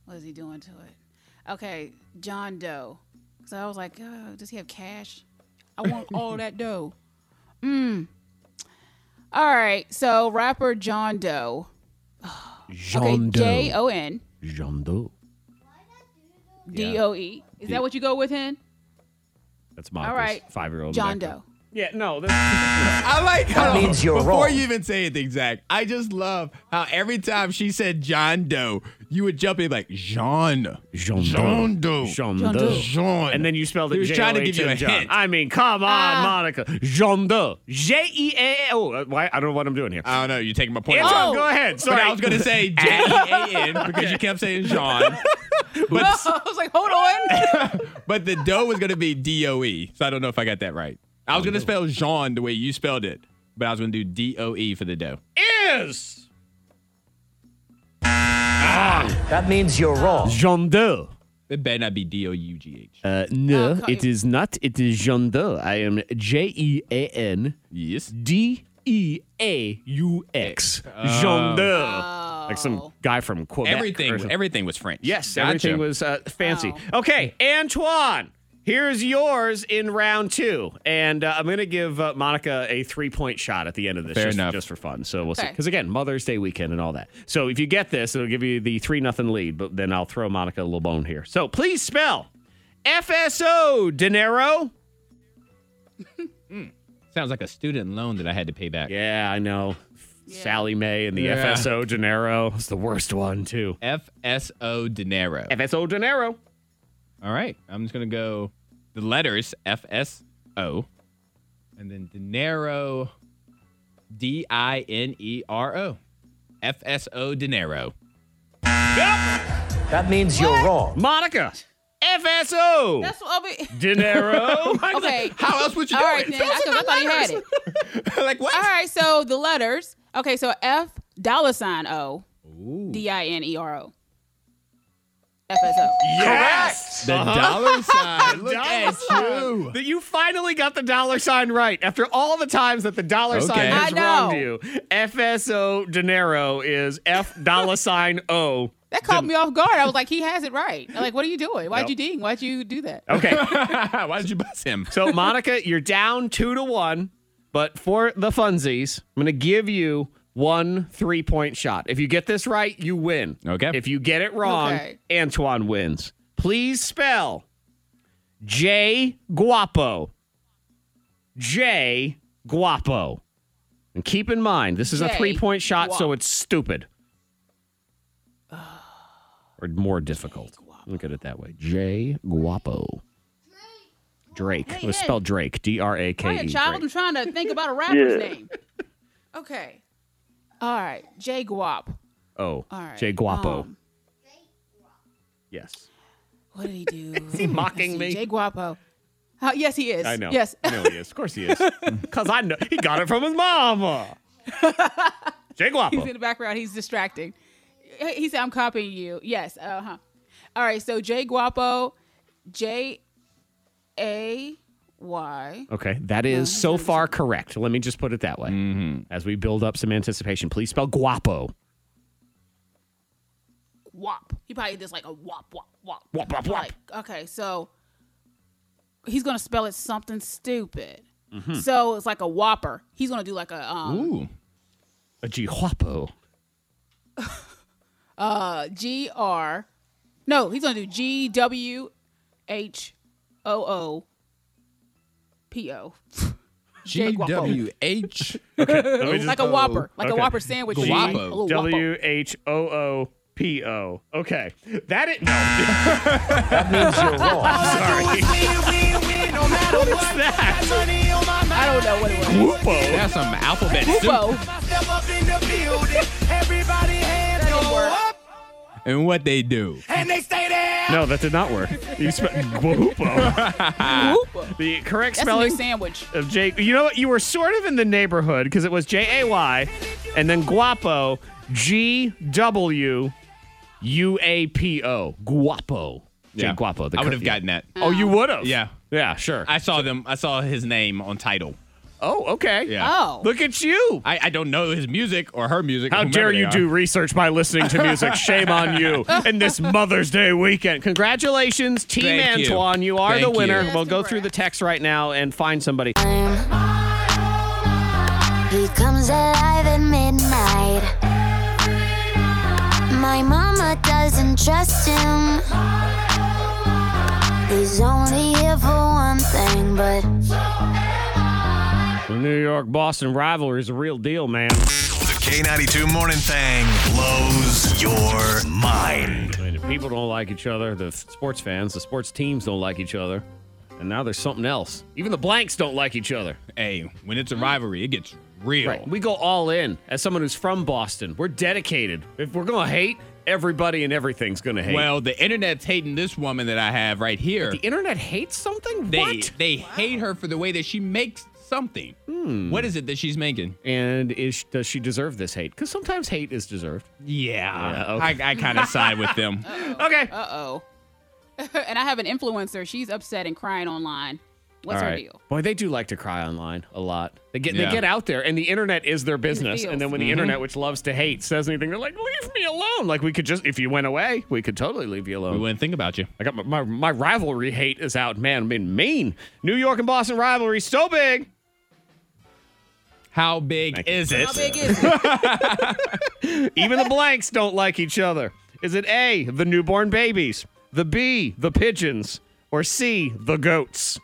S6: What is he doing to it? Okay, John Doe. So I was like, oh, does he have cash? I want all that dough. Mm. All right, so rapper John Doe. Okay,
S4: Jean
S6: J
S4: Doe.
S6: O N
S4: Jean Doe.
S6: D O E. Is that what you go with him?
S4: That's Monica's
S6: All right.
S4: five-year-old.
S6: John
S4: background.
S6: Doe.
S4: Yeah, no. That's,
S5: I like how
S7: means you're
S5: before
S7: wrong.
S5: you even say anything, Zach. I just love how every time she said John Doe, you would jump in like Jean.
S4: Jean
S5: Jean
S4: Doe.
S5: Doe.
S4: Jean Doe.
S6: Jean Doe.
S5: Jean.
S4: And then you spelled it
S5: He was trying to give you a
S4: J O H N,
S5: hint.
S4: John. I mean, come on,
S6: Ah.
S4: Monica. Jean Doe. J E A O. Uh, Why? I don't know what I'm doing here.
S5: I don't know. You're taking my point.
S4: Anton,
S6: Oh.
S5: away.
S4: go ahead.
S5: Uh, But
S4: Sorry.
S5: I was gonna say J E A N because you kept saying Jean. But
S6: I was like, hold on.
S5: but the Doe was gonna be D O E. So I don't know if I got that right. I was gonna spell Jean the way you spelled it, but I was gonna do D O E for the Doe.
S4: Is
S7: That means you're wrong.
S4: Jean Doe.
S5: It better not be D O U G H.
S4: Uh, no,
S6: Oh, co-
S4: Uh, it is not. It is Jean Doe. I am J E A N
S5: Yes.
S4: D E A U X. Jean Doe. Like some guy from Quebec. or
S5: Everything
S4: something.
S5: everything was French.
S4: Yes,
S5: Gotcha.
S4: everything was uh, fancy. Okay, Antoine, here's yours in round two, and uh, I'm gonna give uh, Monica a three point shot at the end of this,
S5: Fair
S4: just,
S5: enough.
S4: just for fun. So we'll see,
S6: Okay.
S4: because again, Mother's Day weekend and all that. So if you get this, it'll give you the three nothing lead, but then I'll throw Monica a little bone here. So please spell FSO dinero.
S5: Sounds like a student loan that I had to pay back.
S4: Yeah, I know. Sally May and the
S5: Yeah.
S4: FSO dinero is the worst one too.
S5: FSO dinero.
S4: FSO dinero.
S5: All right. I'm just going to go the letters FSO and then dinero D I N E R O. FSO dinero.
S7: That means you're wrong.
S4: Monica. FSO.
S6: That's what I'll be.
S4: Dinero.
S6: Okay.
S5: How else would you
S6: All
S5: do
S6: right,
S5: it?
S6: then. I, 'cause I thought he had it.
S5: like what?
S6: All right, so the letters. Okay, so F dollar sign O D I N E R O. F S O.
S4: Yes.
S5: The dollar sign. Look at you.
S4: That you finally got the dollar sign right after all the times that the dollar sign
S5: Okay.
S4: has
S6: I know.
S4: wronged you. FSO dinero is F dollar sign O.
S6: That caught me off guard. I was like, he has it right. I'm like, what are you doing? Why'd you ding? Why'd you do that?
S4: Okay.
S5: Why did you buzz him?
S4: So Monica, you're down two to one, but for the funsies, I'm gonna give you one three point shot. If you get this right, you win.
S5: Okay.
S4: If you get it wrong,
S6: Okay.
S4: Antoine wins. Please spell J Guapo. J Guapo. And keep in mind, this is a
S6: J.
S4: three point shot, so
S6: Guapo.
S4: it's stupid. or more difficult. Look at it that way. J Guapo. Drake. It was
S6: Hey,
S4: spelled Drake. D R A
S6: Hi,
S4: K E.
S6: child. I'm trying to think about a rapper's name. Okay. All right. J Guap.
S4: Oh,
S6: All right.
S4: J Guapo.
S6: Um,
S4: yes.
S6: what did he do? Is
S4: he mocking me?
S6: J Guapo. Uh, yes, he is.
S4: I know.
S6: Yes.
S4: I know he is. Of course he is. Because I know he got it from his mama. Jay
S6: He's in
S4: Guapo.
S6: the background. He's distracting. He he said, "I'm copying you." Yes. Uh huh. All right. So Jay Guapo, J A Y.
S4: Okay, that is so far correct. Let me just put it that way.
S6: Mm-hmm.
S4: As we build up some anticipation, please spell guapo.
S6: Wop. He probably does like a wop wop wop.
S4: Wop, wop, wop.
S6: Like, okay, so he's gonna spell it something stupid.
S4: Mm-hmm.
S6: So it's like a whopper. He's gonna do like a um,
S5: Ooh.
S4: A guapo.
S6: uh, G R. No, he's gonna do G W H O O P O.
S5: G W H
S6: Like a whopper, like a whopper sandwich.
S5: Guapo.
S6: Like a little whopper.
S4: W H O O P O. Okay, that it. No,
S7: That means you're wrong.
S4: sorry. what is that?
S6: I don't know what it was.
S4: Guapo.
S5: That's some alphabet soup.
S6: Whoa. That didn't work.
S5: And what they do.
S4: No, that did not work. You spelled guapo.
S6: Whoop.
S4: The correct
S6: That's a
S4: spelling
S6: new sandwich.
S4: of J. You know what? You were sort of in the neighborhood because it was J A Y, and then guapo, G W U A P O, guapo. Jay Guapo. the
S5: I would
S4: cor-
S5: have gotten that.
S4: Oh, you would have.
S5: Yeah.
S4: Yeah. Sure.
S5: I saw them. I saw his name on title.
S4: oh, okay.
S5: Yeah.
S6: Oh.
S4: Look at you.
S5: I, I don't know his music or her music.
S4: How
S5: whomever
S4: dare
S5: they
S4: you
S5: are.
S4: do research by listening to music? Shame on you. And this Mother's Day weekend. Congratulations, Team
S5: Thank you.
S4: Antoine. You, are
S5: Thank
S4: the winner.
S5: you.
S4: We'll go through the text right now and find somebody.
S3: He comes alive at midnight. My mama doesn't trust him. He's only here for one thing, but
S4: The New York Boston rivalry is a real deal, man.
S9: The K92 Morning Thing blows your mind.
S4: I mean, the people don't like each other. The f- sports fans, the sports teams don't like each other. And now there's something else. Even the blanks don't like each other.
S5: Hey, when it's a rivalry, it gets real.
S4: Mm. Right. We go all in. As someone who's from Boston, we're dedicated. If we're going to hate, everybody and everything's going to hate.
S5: Well, the internet's hating this woman that I have right here.
S4: the internet hates something?
S5: they
S4: what?
S5: they hate her for the way that she makes something.
S4: Hmm.
S5: What is it that she's making?
S4: And is does she deserve this hate? Because sometimes hate is deserved.
S5: Yeah,
S4: okay.
S5: I, I kind of side with them.
S4: Okay.
S6: Uh oh. and I have an influencer. She's upset and crying online. What's her deal?
S4: Boy, they do like to cry online a lot. They get
S5: Yeah. Mm-hmm.
S4: they get out there, and the internet is their business.
S6: feels.
S4: and then when the internet, which loves to hate, says anything, they're like, "Leave me alone!" Like we could just, if you went away, we could totally leave you
S5: We
S4: alone.
S5: wouldn't think about you.
S4: I got my, my my rivalry hate is out, man. I mean, mean. New York and Boston rivalry so big.
S5: How big is it?
S6: How big is it?
S4: Even the blanks don't like each other. Is it A, the newborn babies, the B, the pigeons, or C, the goats?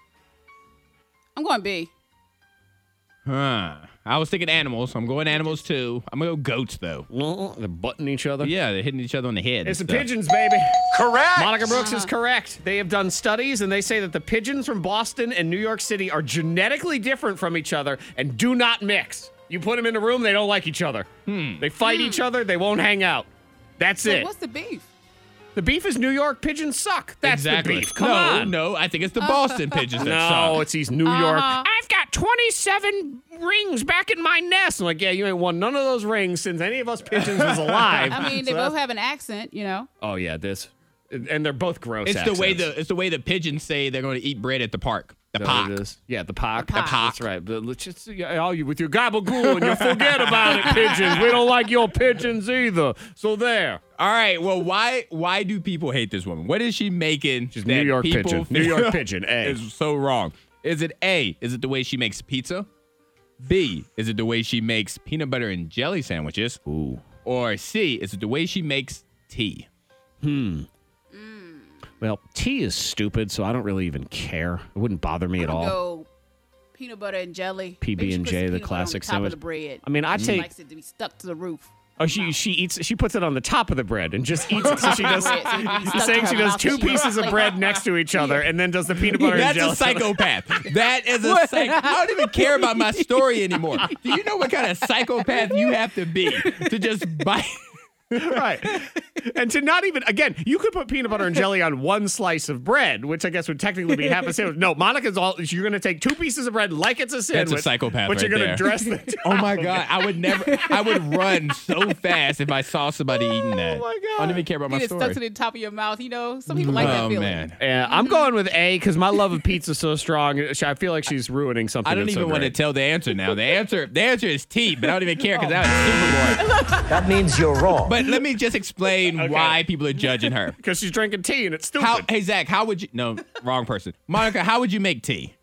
S6: I'm going B.
S5: Huh. I was thinking animals. I'm going animals too. I'm gonna go goats though.
S4: Well, They're butting each other.
S5: Yeah, they're hitting each other on the head. and
S4: It's the
S5: stuff.
S4: pigeons, baby.
S9: Correct.
S4: Monica Brooks is correct. They have done studies and they say that the pigeons from Boston and New York City are genetically different from each other and do not mix. You put them in a room, they don't like each other.
S5: Hmm.
S4: They fight each other, they won't hang out. That's
S6: So
S4: it.
S6: what's the beef?
S4: The beef is New York pigeons suck. That's
S5: exactly.
S4: the beef. Come
S5: no,
S4: on.
S5: no. I think it's
S4: Oh.
S5: the Boston pigeons that
S4: No,
S5: suck.
S4: it's these New York. I've got 27 rings back in my nest. I'm like, yeah, you ain't won none of those rings since any of us pigeons was alive.
S6: I mean, they both have an accent, you know.
S4: oh yeah, this, and they're both gross.
S5: It's the way
S4: accents.
S5: the it's the way the pigeons say they're going to eat bread at the park. The
S4: Is that what
S5: park.
S4: it is? Yeah, the pock. The
S6: pock.
S4: That's right. But let's just yeah, all you with your gabagool and you forget about it, pigeons. We don't like your pigeons either. So there.
S5: All right. Well, why why do people hate this woman? What is she making?
S4: She's
S5: that
S4: New York
S5: people
S4: pigeon.
S5: feel
S4: New York pigeon, A.
S5: Is so wrong. Is it A? Is it the way she makes pizza? B. Is it the way she makes peanut butter and jelly sandwiches? Ooh. Or C. Is it the way she makes tea?
S4: Well, tea is stupid, so I don't really even care. It wouldn't bother me at
S6: I'll
S4: all.
S6: Go peanut butter and jelly.
S4: PB&J,
S6: Maybe she puts
S4: the
S6: peanut butter on
S4: classic
S6: top
S4: sandwich.
S6: Of the bread.
S4: I mean, I'd
S6: she
S4: take-
S6: likes it to be stuck to the roof.
S4: Oh, she she eats she puts it on the top of the bread and just eats it. So she does.
S6: So it can be stuck
S4: You're
S6: to
S4: saying
S6: her
S4: she does
S6: mouth
S4: two
S6: and she-
S4: pieces of bread next to each other and then does the peanut butter and
S5: That's
S4: jelly.
S5: a psychopath. that is a psych. I don't even care about my story anymore. Do you know what kind of psychopath you have to be to just bite?
S4: right. And to not even, again, you could put peanut butter and jelly on one slice of bread, which I guess would technically be half a sandwich. No, Monica's all, you're going to take two pieces of bread like it's a sandwich.
S5: That's a psychopath
S4: But you're
S5: right
S4: going to
S5: there.
S4: dress the
S5: Oh my god, I would never. I would run so fast if I saw somebody eating that.
S6: Oh,
S4: my
S5: I don't even care about my
S6: Get it
S5: story.
S6: stuck to the top of your mouth. You know, some
S4: Mm-hmm.
S6: people like that
S5: oh
S6: feeling.
S5: man,
S4: Yeah, I'm going with A because my love of pizza is so strong. I feel like she's ruining something.
S5: I don't
S4: that's
S5: even
S4: so
S5: want to
S4: great.
S5: tell the answer now. The answer, the answer is T, but I don't even care
S6: Oh.
S5: because that was Super Bowl.
S7: That means you're wrong.
S5: But let me just explain why people are judging her.
S4: because she's drinking tea and it's stupid.
S5: How, hey Zach, how would you? No, wrong person. Monica, how would you make tea?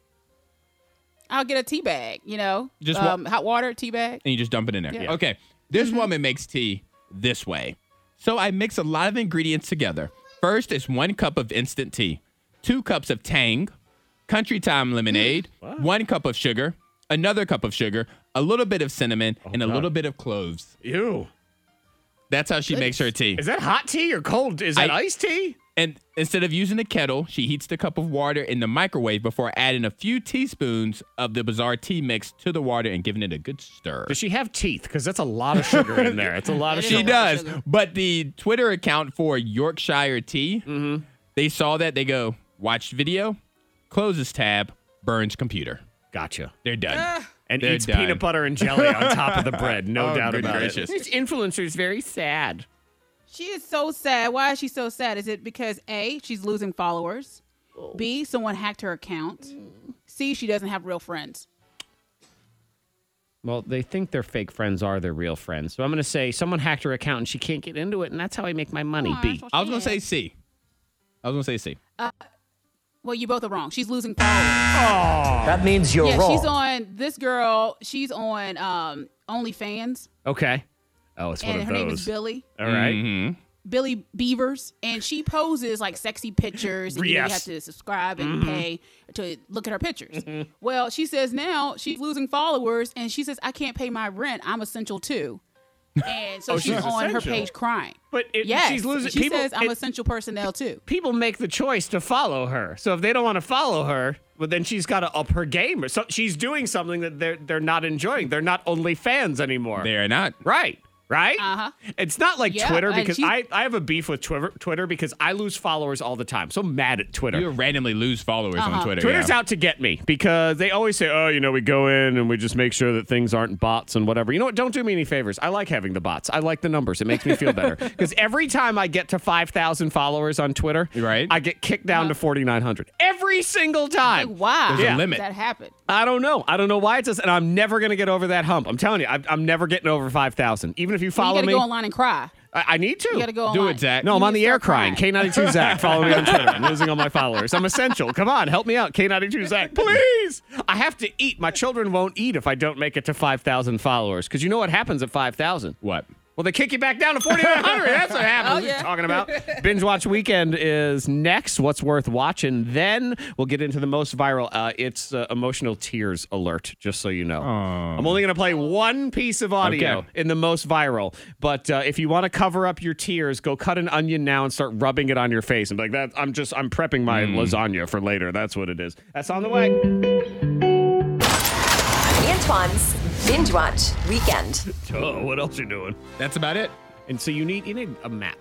S6: I'll get a tea bag. You know,
S5: Just wa-
S6: um, hot water tea bag.
S5: and you just dump it in there.
S6: Yeah.
S5: Okay. This woman makes tea this way. So I mix a lot of ingredients together. First is one cup of instant tea, two cups of Tang, country time lemonade, one cup of sugar, another cup of sugar, a little bit of cinnamon, and a little bit of cloves.
S4: Ew.
S5: That's how she makes her tea.
S4: Is that hot tea or cold? Is that
S5: I-
S4: iced tea?
S5: And instead of using a kettle, she heats the cup of water in the microwave before adding a few teaspoons of the bizarre tea mix to the water and giving it a good stir.
S4: Does she have teeth? Because that's a lot of sugar in there. It's a lot of
S6: It
S5: She
S6: is
S4: sugar.
S6: a lot
S5: does.
S6: of sugar.
S5: But the Twitter account for Yorkshire Tea,
S4: Mm-hmm.
S5: they saw that. They go, watch video, closes tab, burns computer.
S4: Gotcha.
S5: They're done.
S4: And
S5: They're
S4: eats
S5: done.
S4: peanut butter and jelly on top of the bread. No
S5: Oh,
S4: doubt
S5: good
S4: about
S5: gracious.
S4: it. This influencer is very sad.
S6: She is so sad. Why is she so sad? Is it because A, she's losing followers?
S7: Oh.
S6: B, someone hacked her account? C, she doesn't have real friends.
S4: Well, they think their fake friends are their real friends. So I'm going to say someone hacked her account and she can't get into it, and that's how I make my money. B.
S5: I was going to say C. I was going to say C.
S6: Well, you both are wrong. She's losing followers.
S7: that means you're
S6: yeah,
S7: wrong.
S6: she's on this girl. She's on um, OnlyFans,
S4: Okay. Oh, it's one
S6: and
S4: of
S6: her name is
S4: those.
S6: Billy.
S4: All right.
S6: Billy Beavers, and she poses like sexy pictures, and you
S4: Yes. Mm-hmm.
S6: have to subscribe and pay to look at her pictures. Well, she says now she's losing followers, and she says I can't pay my rent. I'm essential too, and so
S4: Oh,
S6: she's,
S4: she's
S6: on her
S4: essential.
S6: page crying.
S4: But it,
S6: yes,
S4: she's losing.
S6: She
S4: people,
S6: says I'm
S4: it-
S6: essential personnel too.
S4: people make the choice to follow her. So if they don't want to follow her, well, then she's got to up her game. Or so she's doing something that they're they're not enjoying. They're not only fans anymore.
S5: They're not.
S4: Right. Right?
S6: Uh-huh.
S4: It's not like
S6: Yeah, uh,
S4: Twitter
S6: and
S4: because
S6: she's-
S4: I, I have a beef with Twitter, Twitter because I lose followers all the time. So mad at Twitter.
S5: You randomly lose followers on Twitter.
S4: Twitter's
S5: yeah.
S4: out to get me because they always say, oh, you know, we go in and we just make sure that things aren't bots and whatever. You know what? Don't do me any favors. I like having the bots. I like the numbers. It makes me feel better. Because every time I get to 5,000 followers on Twitter,
S5: Right.
S4: I get kicked down to 4,900. Every single time.
S6: Uh-huh. Like, why?
S5: There's a
S6: did
S5: limit.
S6: That happened.
S4: I don't know. I don't know why it's us, and I'm never going to get over that hump. I'm telling you, I'm, I'm never getting over 5,000. Even if you
S6: You
S4: follow
S6: gotta
S4: me,
S6: go online and cry.
S4: I, I need to.
S6: You gotta go online.
S5: Do it, Zach.
S4: No, I'm
S6: You
S4: on
S6: need
S4: the
S6: to
S4: air crying.
S6: start
S4: K92 Zach, follow me on Twitter. I'm losing all my followers. I'm essential. Come on, help me out. K92 Zach, please. I have to eat. My children won't eat if I don't make it to 5,000 followers. Because you know what happens at 5,000?
S5: What?
S4: Well, they kick you back down to 4,900. That's what happens.
S6: Oh, yeah.
S4: We're talking about binge watch weekend is next. What's worth watching? Then we'll get into the most viral. Uh, it's uh, emotional tears alert. Just so you know, I'm only going to play one piece of audio
S5: Okay.
S4: in the most viral. But uh, if you want to cover up your tears, go cut an onion now and start rubbing it on your face. And be like that, I'm just I'm prepping my lasagna for later. That's what it is. That's on the way.
S2: Antoine's Binge Watch Weekend.
S4: Oh, what else you doing?
S5: That's about it.
S4: And so you need you need a map.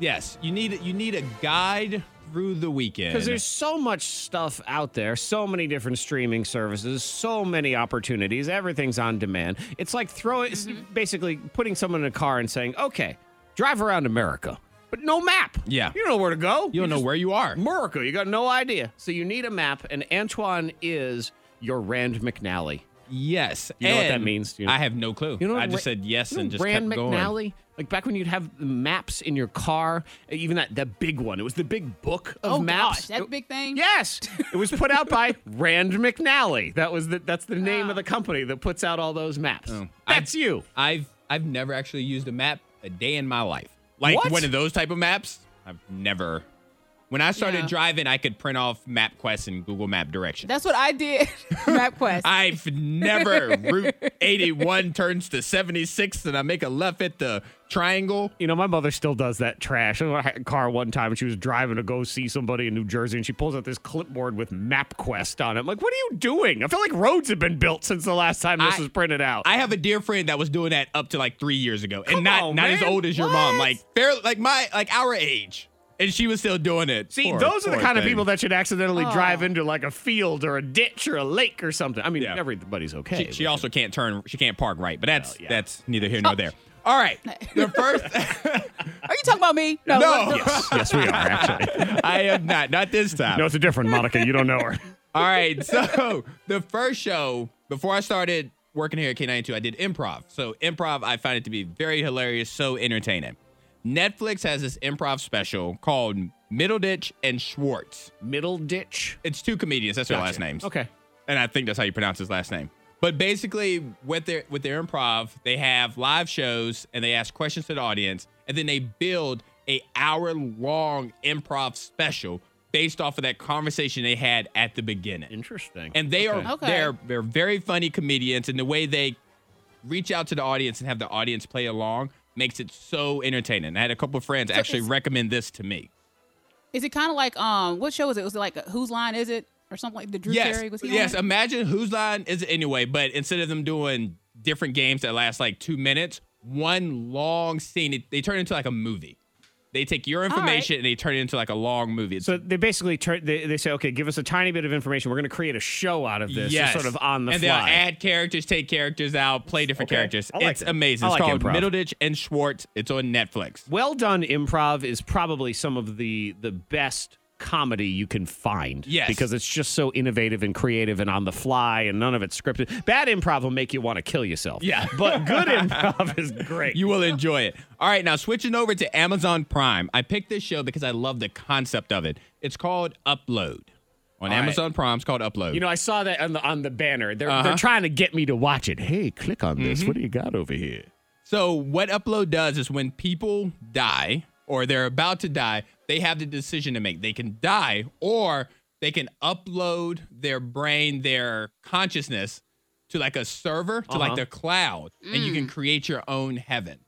S5: Yes, you need you need a guide through the weekend.
S4: Because there's so much stuff out there, so many different streaming services, so many opportunities. Everything's on demand. It's like throwing, it's basically putting someone in a car and saying, "Okay, drive around America," but no map.
S5: Yeah.
S4: you don't know where to go.
S5: you don't know where you are.
S4: America. You got no idea. So you need a map, and Antoine is your Rand McNally.
S5: Yes.
S4: You know what that
S5: and
S4: means, do you know?
S5: I have no clue.
S4: You know,
S5: I
S4: what
S5: just
S4: Ra-
S5: said yes
S4: you know
S5: and just
S4: Rand
S5: kept
S4: McNally?
S5: going.
S4: Like back when you'd have maps in your car, even that that big one. It was the big book of
S6: Oh
S4: maps.
S6: gosh, that big thing.
S4: Yes, it was put out by Rand McNally. That was the, that's the name of the company that puts out all those maps. That's
S5: Oh. I-
S4: you.
S5: I've I've never actually used a map a day in my life. Like
S4: What?
S5: one of those type of maps. I've never When I started
S6: Yeah.
S5: driving, I could print off MapQuest and Google Map direction.
S6: That's what I did. MapQuest.
S5: I've never Route 81 turns to 76 and I make a left at the triangle.
S4: You know, my mother still does that trash. I had a car one time. She was driving to go see somebody in New Jersey, and she pulls out this clipboard with MapQuest on it. I'm like, what are you doing? I feel like roads have been built since the last time this
S5: I-
S4: was printed out.
S5: I have a dear friend that was doing that up to like three years ago, and
S4: Come
S5: not
S4: on,
S5: not as
S4: man.
S5: old as your mom,
S4: What?
S5: like fair, like my like our age, and she was still doing it.
S4: See,
S5: Poor-
S4: those are the
S5: poor
S4: kind of
S5: thing.
S4: people that should accidentally drive into like a field or a ditch or a lake or something. I mean,
S5: Yeah.
S4: everybody's okay.
S5: She,
S4: with
S5: she also can't turn. She can't park right, but that's
S4: Oh, yeah.
S5: that's neither here nor there. All right, the first.
S6: Are you talking about me?
S5: no,
S4: it. yes, we are actually.
S5: I am not. Not this time.
S4: No, it's a different Monica. You don't know her.
S5: All right. So the first show before I started working here at K92, I did improv. So improv, I find it to be very hilarious, so entertaining. Netflix has this improv special called Middle Ditch and Schwartz.
S4: Middle ditch.
S5: It's two comedians. That's their last names.
S4: Okay.
S5: And I think that's how you pronounce his last name. But basically, with their with their improv, they have live shows and they ask questions to the audience, and then they build a hour long improv special based off of that conversation they had at the beginning
S4: Interesting.
S5: and they are
S6: Okay.
S5: they're they're very funny comedians and the way they reach out to the audience and have the audience play along makes it so entertaining i had a couple of friends actually
S6: it's-
S5: recommend this to me
S6: Is it kind of like um what show is it? Was it like a, whose line is it or something like the Drew
S5: yes
S6: Carey? Was he on
S5: yes
S6: it?
S5: imagine whose line is it anyway but instead of them doing different games that last like two minutes one long scene it, they turn into like a movie they take your
S6: right.
S5: information and they turn it into like a long movie It's
S4: so they basically turn. They, they say, okay, give us a tiny bit of information. We're going to create a show out of this.
S5: Yes.
S4: Sort of on the
S5: and
S4: fly.
S5: they'll add characters, take characters out, play different
S4: Okay.
S5: characters.
S4: I like
S5: it's
S4: that.
S5: amazing.
S4: I
S5: It's
S4: like
S5: called
S4: improv.
S5: Middleditch and Schwartz. It's on Netflix.
S4: well done improv is probably some of the the best comedy you can find
S5: Yes.
S4: because it's just so innovative and creative and on the fly and none of it's scripted bad improv will make you want to kill yourself
S5: Yeah.
S4: but good improv is great
S5: You will enjoy it. All right, now switching over to Amazon Prime. I picked this show because I love the concept of it. It's called Upload. On
S4: right.
S5: Amazon Prime, it's called Upload.
S4: you know i saw that on the on the banner they're,
S5: Uh-huh.
S4: they're trying to get me to watch it hey click on this
S5: Mm-hmm.
S4: what do you got over here
S5: So what upload does is when people die or they're about to die, they have the decision to make. They can die or they can upload their brain, their consciousness to like a server, to
S4: Uh-huh.
S5: like the cloud, and you can create your own heaven.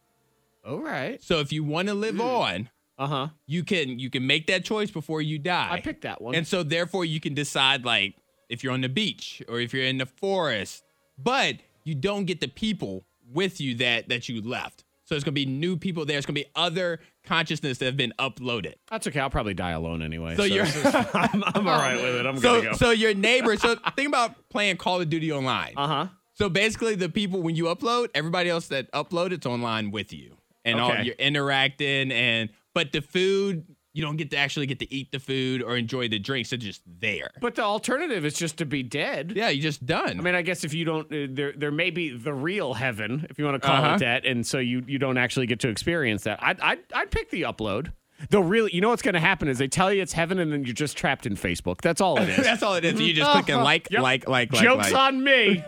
S4: all right
S5: So if you want to live on,
S4: uh-huh
S5: you can you can make that choice before you die.
S4: I picked that one.
S5: And so therefore you can decide like if you're on the beach or if you're in the forest, but you don't get the people with you that that you left. So it's gonna be new people there. It's gonna be other consciousness that have been uploaded.
S4: that's okay i'll probably die alone anyway
S5: So you're
S4: this is- I'm, I'm all right with it i'm
S5: so
S4: gonna go
S5: so your neighbor. So think about playing Call of Duty online. Uh
S4: Uh-huh.
S5: huh. So basically, the people when you upload, everybody else that upload, it's online with you, and all
S4: Okay.
S5: you're interacting. And but the food, you don't get to actually get to eat the food or enjoy the drinks. They're just there.
S4: but the alternative is just to be dead
S5: yeah, you're just done.
S4: I mean, I guess if you don't, uh, there there may be the real heaven, if you want to call
S5: Uh-huh.
S4: it that, and so you you don't actually get to experience that. I'd I'd, I'd pick the upload. The real, you know what's going to happen is they tell you it's heaven, and then you're just trapped in Facebook. That's all it is.
S5: that's all it is. You just click and
S6: Uh-huh.
S5: like,
S4: Yep.
S5: like, like, like.
S4: Jokes
S5: like.
S4: on me.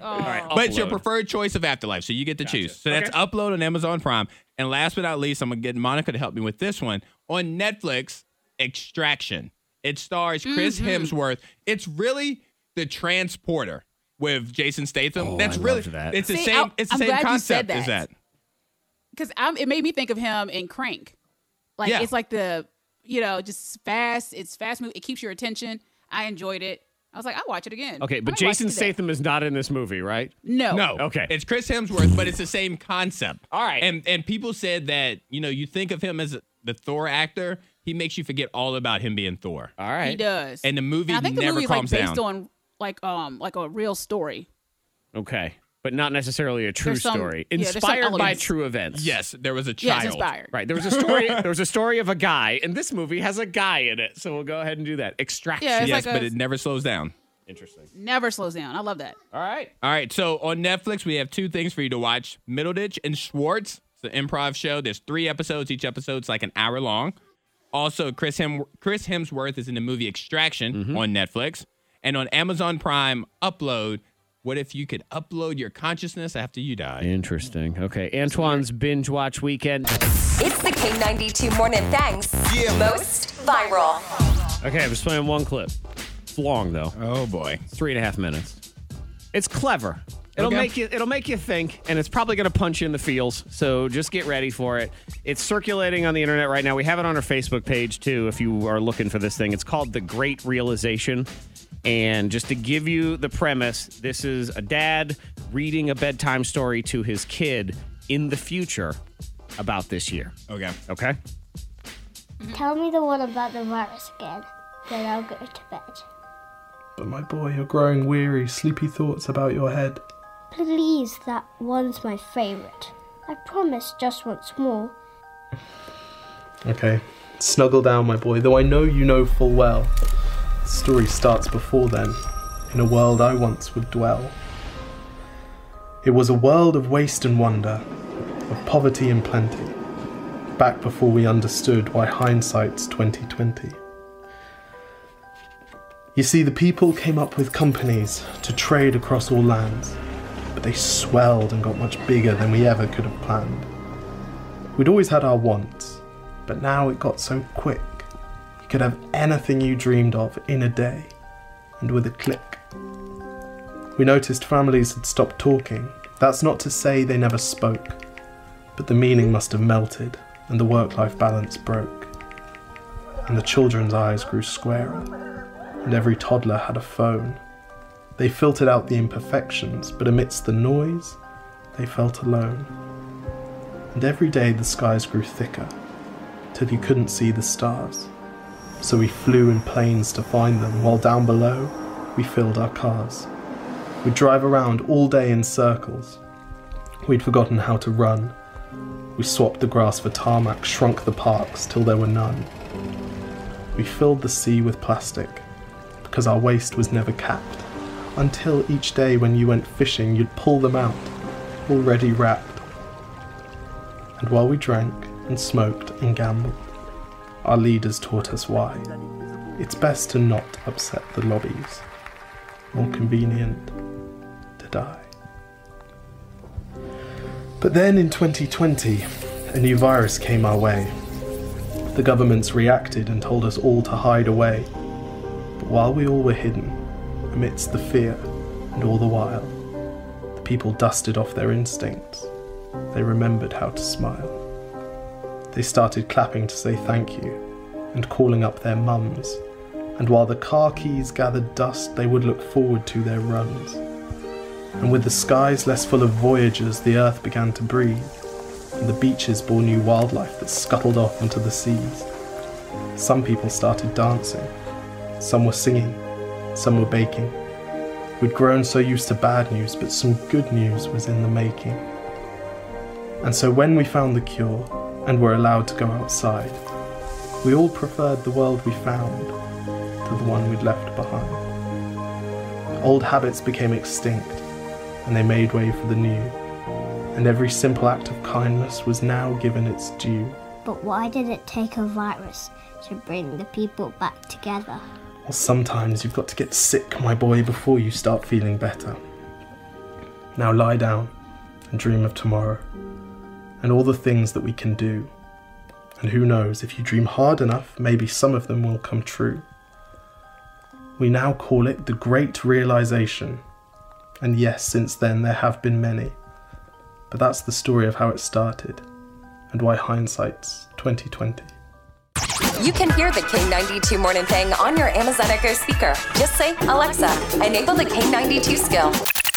S6: Oh.
S5: But it's your
S4: Upload.
S5: preferred choice of afterlife, so you get to choose. So that's
S4: Okay.
S5: upload on Amazon Prime. And last but not least, I'm gonna get Monica to help me with this one on Netflix. Extraction. It stars Chris
S6: Mm-hmm.
S5: Hemsworth. It's really the transporter with Jason Statham. that's
S4: Oh, I
S5: really
S4: loved that.
S5: it's the
S6: See,
S5: same.
S6: I-
S5: it's the
S6: I'm
S5: same
S6: glad you said
S5: concept as
S6: that.
S5: that.
S6: because I'm, it made me think of him in Crank. Like
S5: Yeah.
S6: it's like the you know just fast. It's fast move. It keeps your attention. I enjoyed it. I was like, I will watch it again.
S4: Okay,
S6: I
S4: but
S6: might watch it
S4: Jason
S6: today.
S4: Statham is not in this movie, right?
S6: No,
S5: No.
S4: Oh, Okay.
S5: It's Chris Hemsworth, but it's the same concept.
S4: All right.
S5: And and people said that you know you think of him as the Thor actor. He makes you forget all about him being Thor.
S4: All right.
S6: he does.
S5: And the movie
S6: I think the
S5: never
S6: movie's
S5: calms
S6: like based
S5: down.
S6: on like um like a real story.
S4: Okay, but not necessarily a true
S6: There's some-
S4: story.
S6: yeah, there's some
S4: Inspired by
S6: elements.
S4: true events.
S5: Yes, there was a
S6: Yeah,
S5: child.
S6: it's inspired.
S4: Right. There was a story. there was a story of a guy, and this movie has a guy in it. So we'll go ahead and do that. Extraction.
S6: Yeah, it's
S5: Yes,
S6: like
S5: but
S6: a-
S5: it never slows down.
S4: Interesting.
S6: Never slows down. I love that.
S4: All right.
S5: All right, so on Netflix we have two things for you to watch: Middleditch and Schwartz. It's an improv show. There's three episodes. Each episode's like an hour long. Also, Chris Hem- Chris Hemsworth is in the movie Extraction on Netflix, and on Amazon Prime, Upload What if you could upload your consciousness after you die?
S4: Interesting. Okay. Antoine's binge watch weekend.
S2: It's the K92 Morning Thanks most viral.
S4: Okay, I'm just playing one clip. It's long though.
S5: Uh-huh.
S10: Oh boy.
S4: It's three and a half minutes. It's clever. It'll
S5: Okay.
S4: make you it'll make you think, and it's probably gonna punch you in the feels. So just get ready for it. It's circulating on the internet right now. We have it on our Facebook page too, if you are looking for this thing. It's called The Great Realization. And just to give you the premise, this is a dad reading a bedtime story to his kid in the future about this year.
S10: Okay.
S5: Oh.
S4: Okay?
S11: Tell me the one about the virus again, then I'll go to bed.
S8: My boy, you're growing weary. Sleepy thoughts about your head.
S11: Please, that one's my favourite. I promise just once more.
S8: Okay, snuggle down, my boy, though I know you know full well. The story starts before then, in a world I once would dwell. It was a world of waste and wonder, of poverty and plenty, back before we understood why hindsight's 2020. You see, the people came up with companies to trade across all lands, but they swelled and got much bigger than we ever could have planned. We'd always had our wants, but now it got so quick. You could have anything you dreamed of in a day, and with a click. We noticed families had stopped talking. That's not to say they never spoke, but the meaning must have melted, and the work life balance broke. And the children's eyes grew squarer, and every toddler had a phone. They filtered out the imperfections, but amidst the noise, they felt alone. And every day the skies grew thicker, till you couldn't see the stars. So we flew in planes to find them, while down below, we filled our cars. We'd drive around all day in circles. We'd forgotten how to run. We swapped the grass for tarmac, shrunk the parks till there were none. We filled the sea with plastic, because our waste was never capped, until each day when you went fishing, you'd pull them out, already wrapped and while we drank and smoked and gambled, our leaders taught us why. It's best to not upset the lobbies. More convenient to die. But then in 2020, a new virus came our way. The governments reacted and told us all to hide away. But while we all were hidden, amidst the fear and all the while, the people dusted off their instincts they remembered how to smile. They started clapping to say thank you and calling up their mums, and while the car keys gathered dust, they would look forward to their runs. And with the skies less full of voyagers, the earth began to breathe, and the beaches bore new wildlife that scuttled off into the seas. Some people started dancing, some were singing, some were baking. We'd grown so used to bad news, but some good news was in the making. And so when we found the cure and were allowed to go outside, we all preferred the world we found to the one we'd left behind. Old habits became extinct and they made way for the new, and every simple act of kindness was now given its due.
S11: But why did it take a virus to bring the people back together?
S8: Well, sometimes you've got to get sick, my boy, before you start feeling better. Now lie down and dream of tomorrow and all the things that we can do. And who knows, if you dream hard enough, maybe some of them will come true. We now call it the Great Realization. And yes, since then there have been many. But that's the story of how it started and why hindsight's 2020.
S2: You can hear the K92 Morning Thing on your Amazon Echo speaker. Just say, Alexa, enable the K92 skill.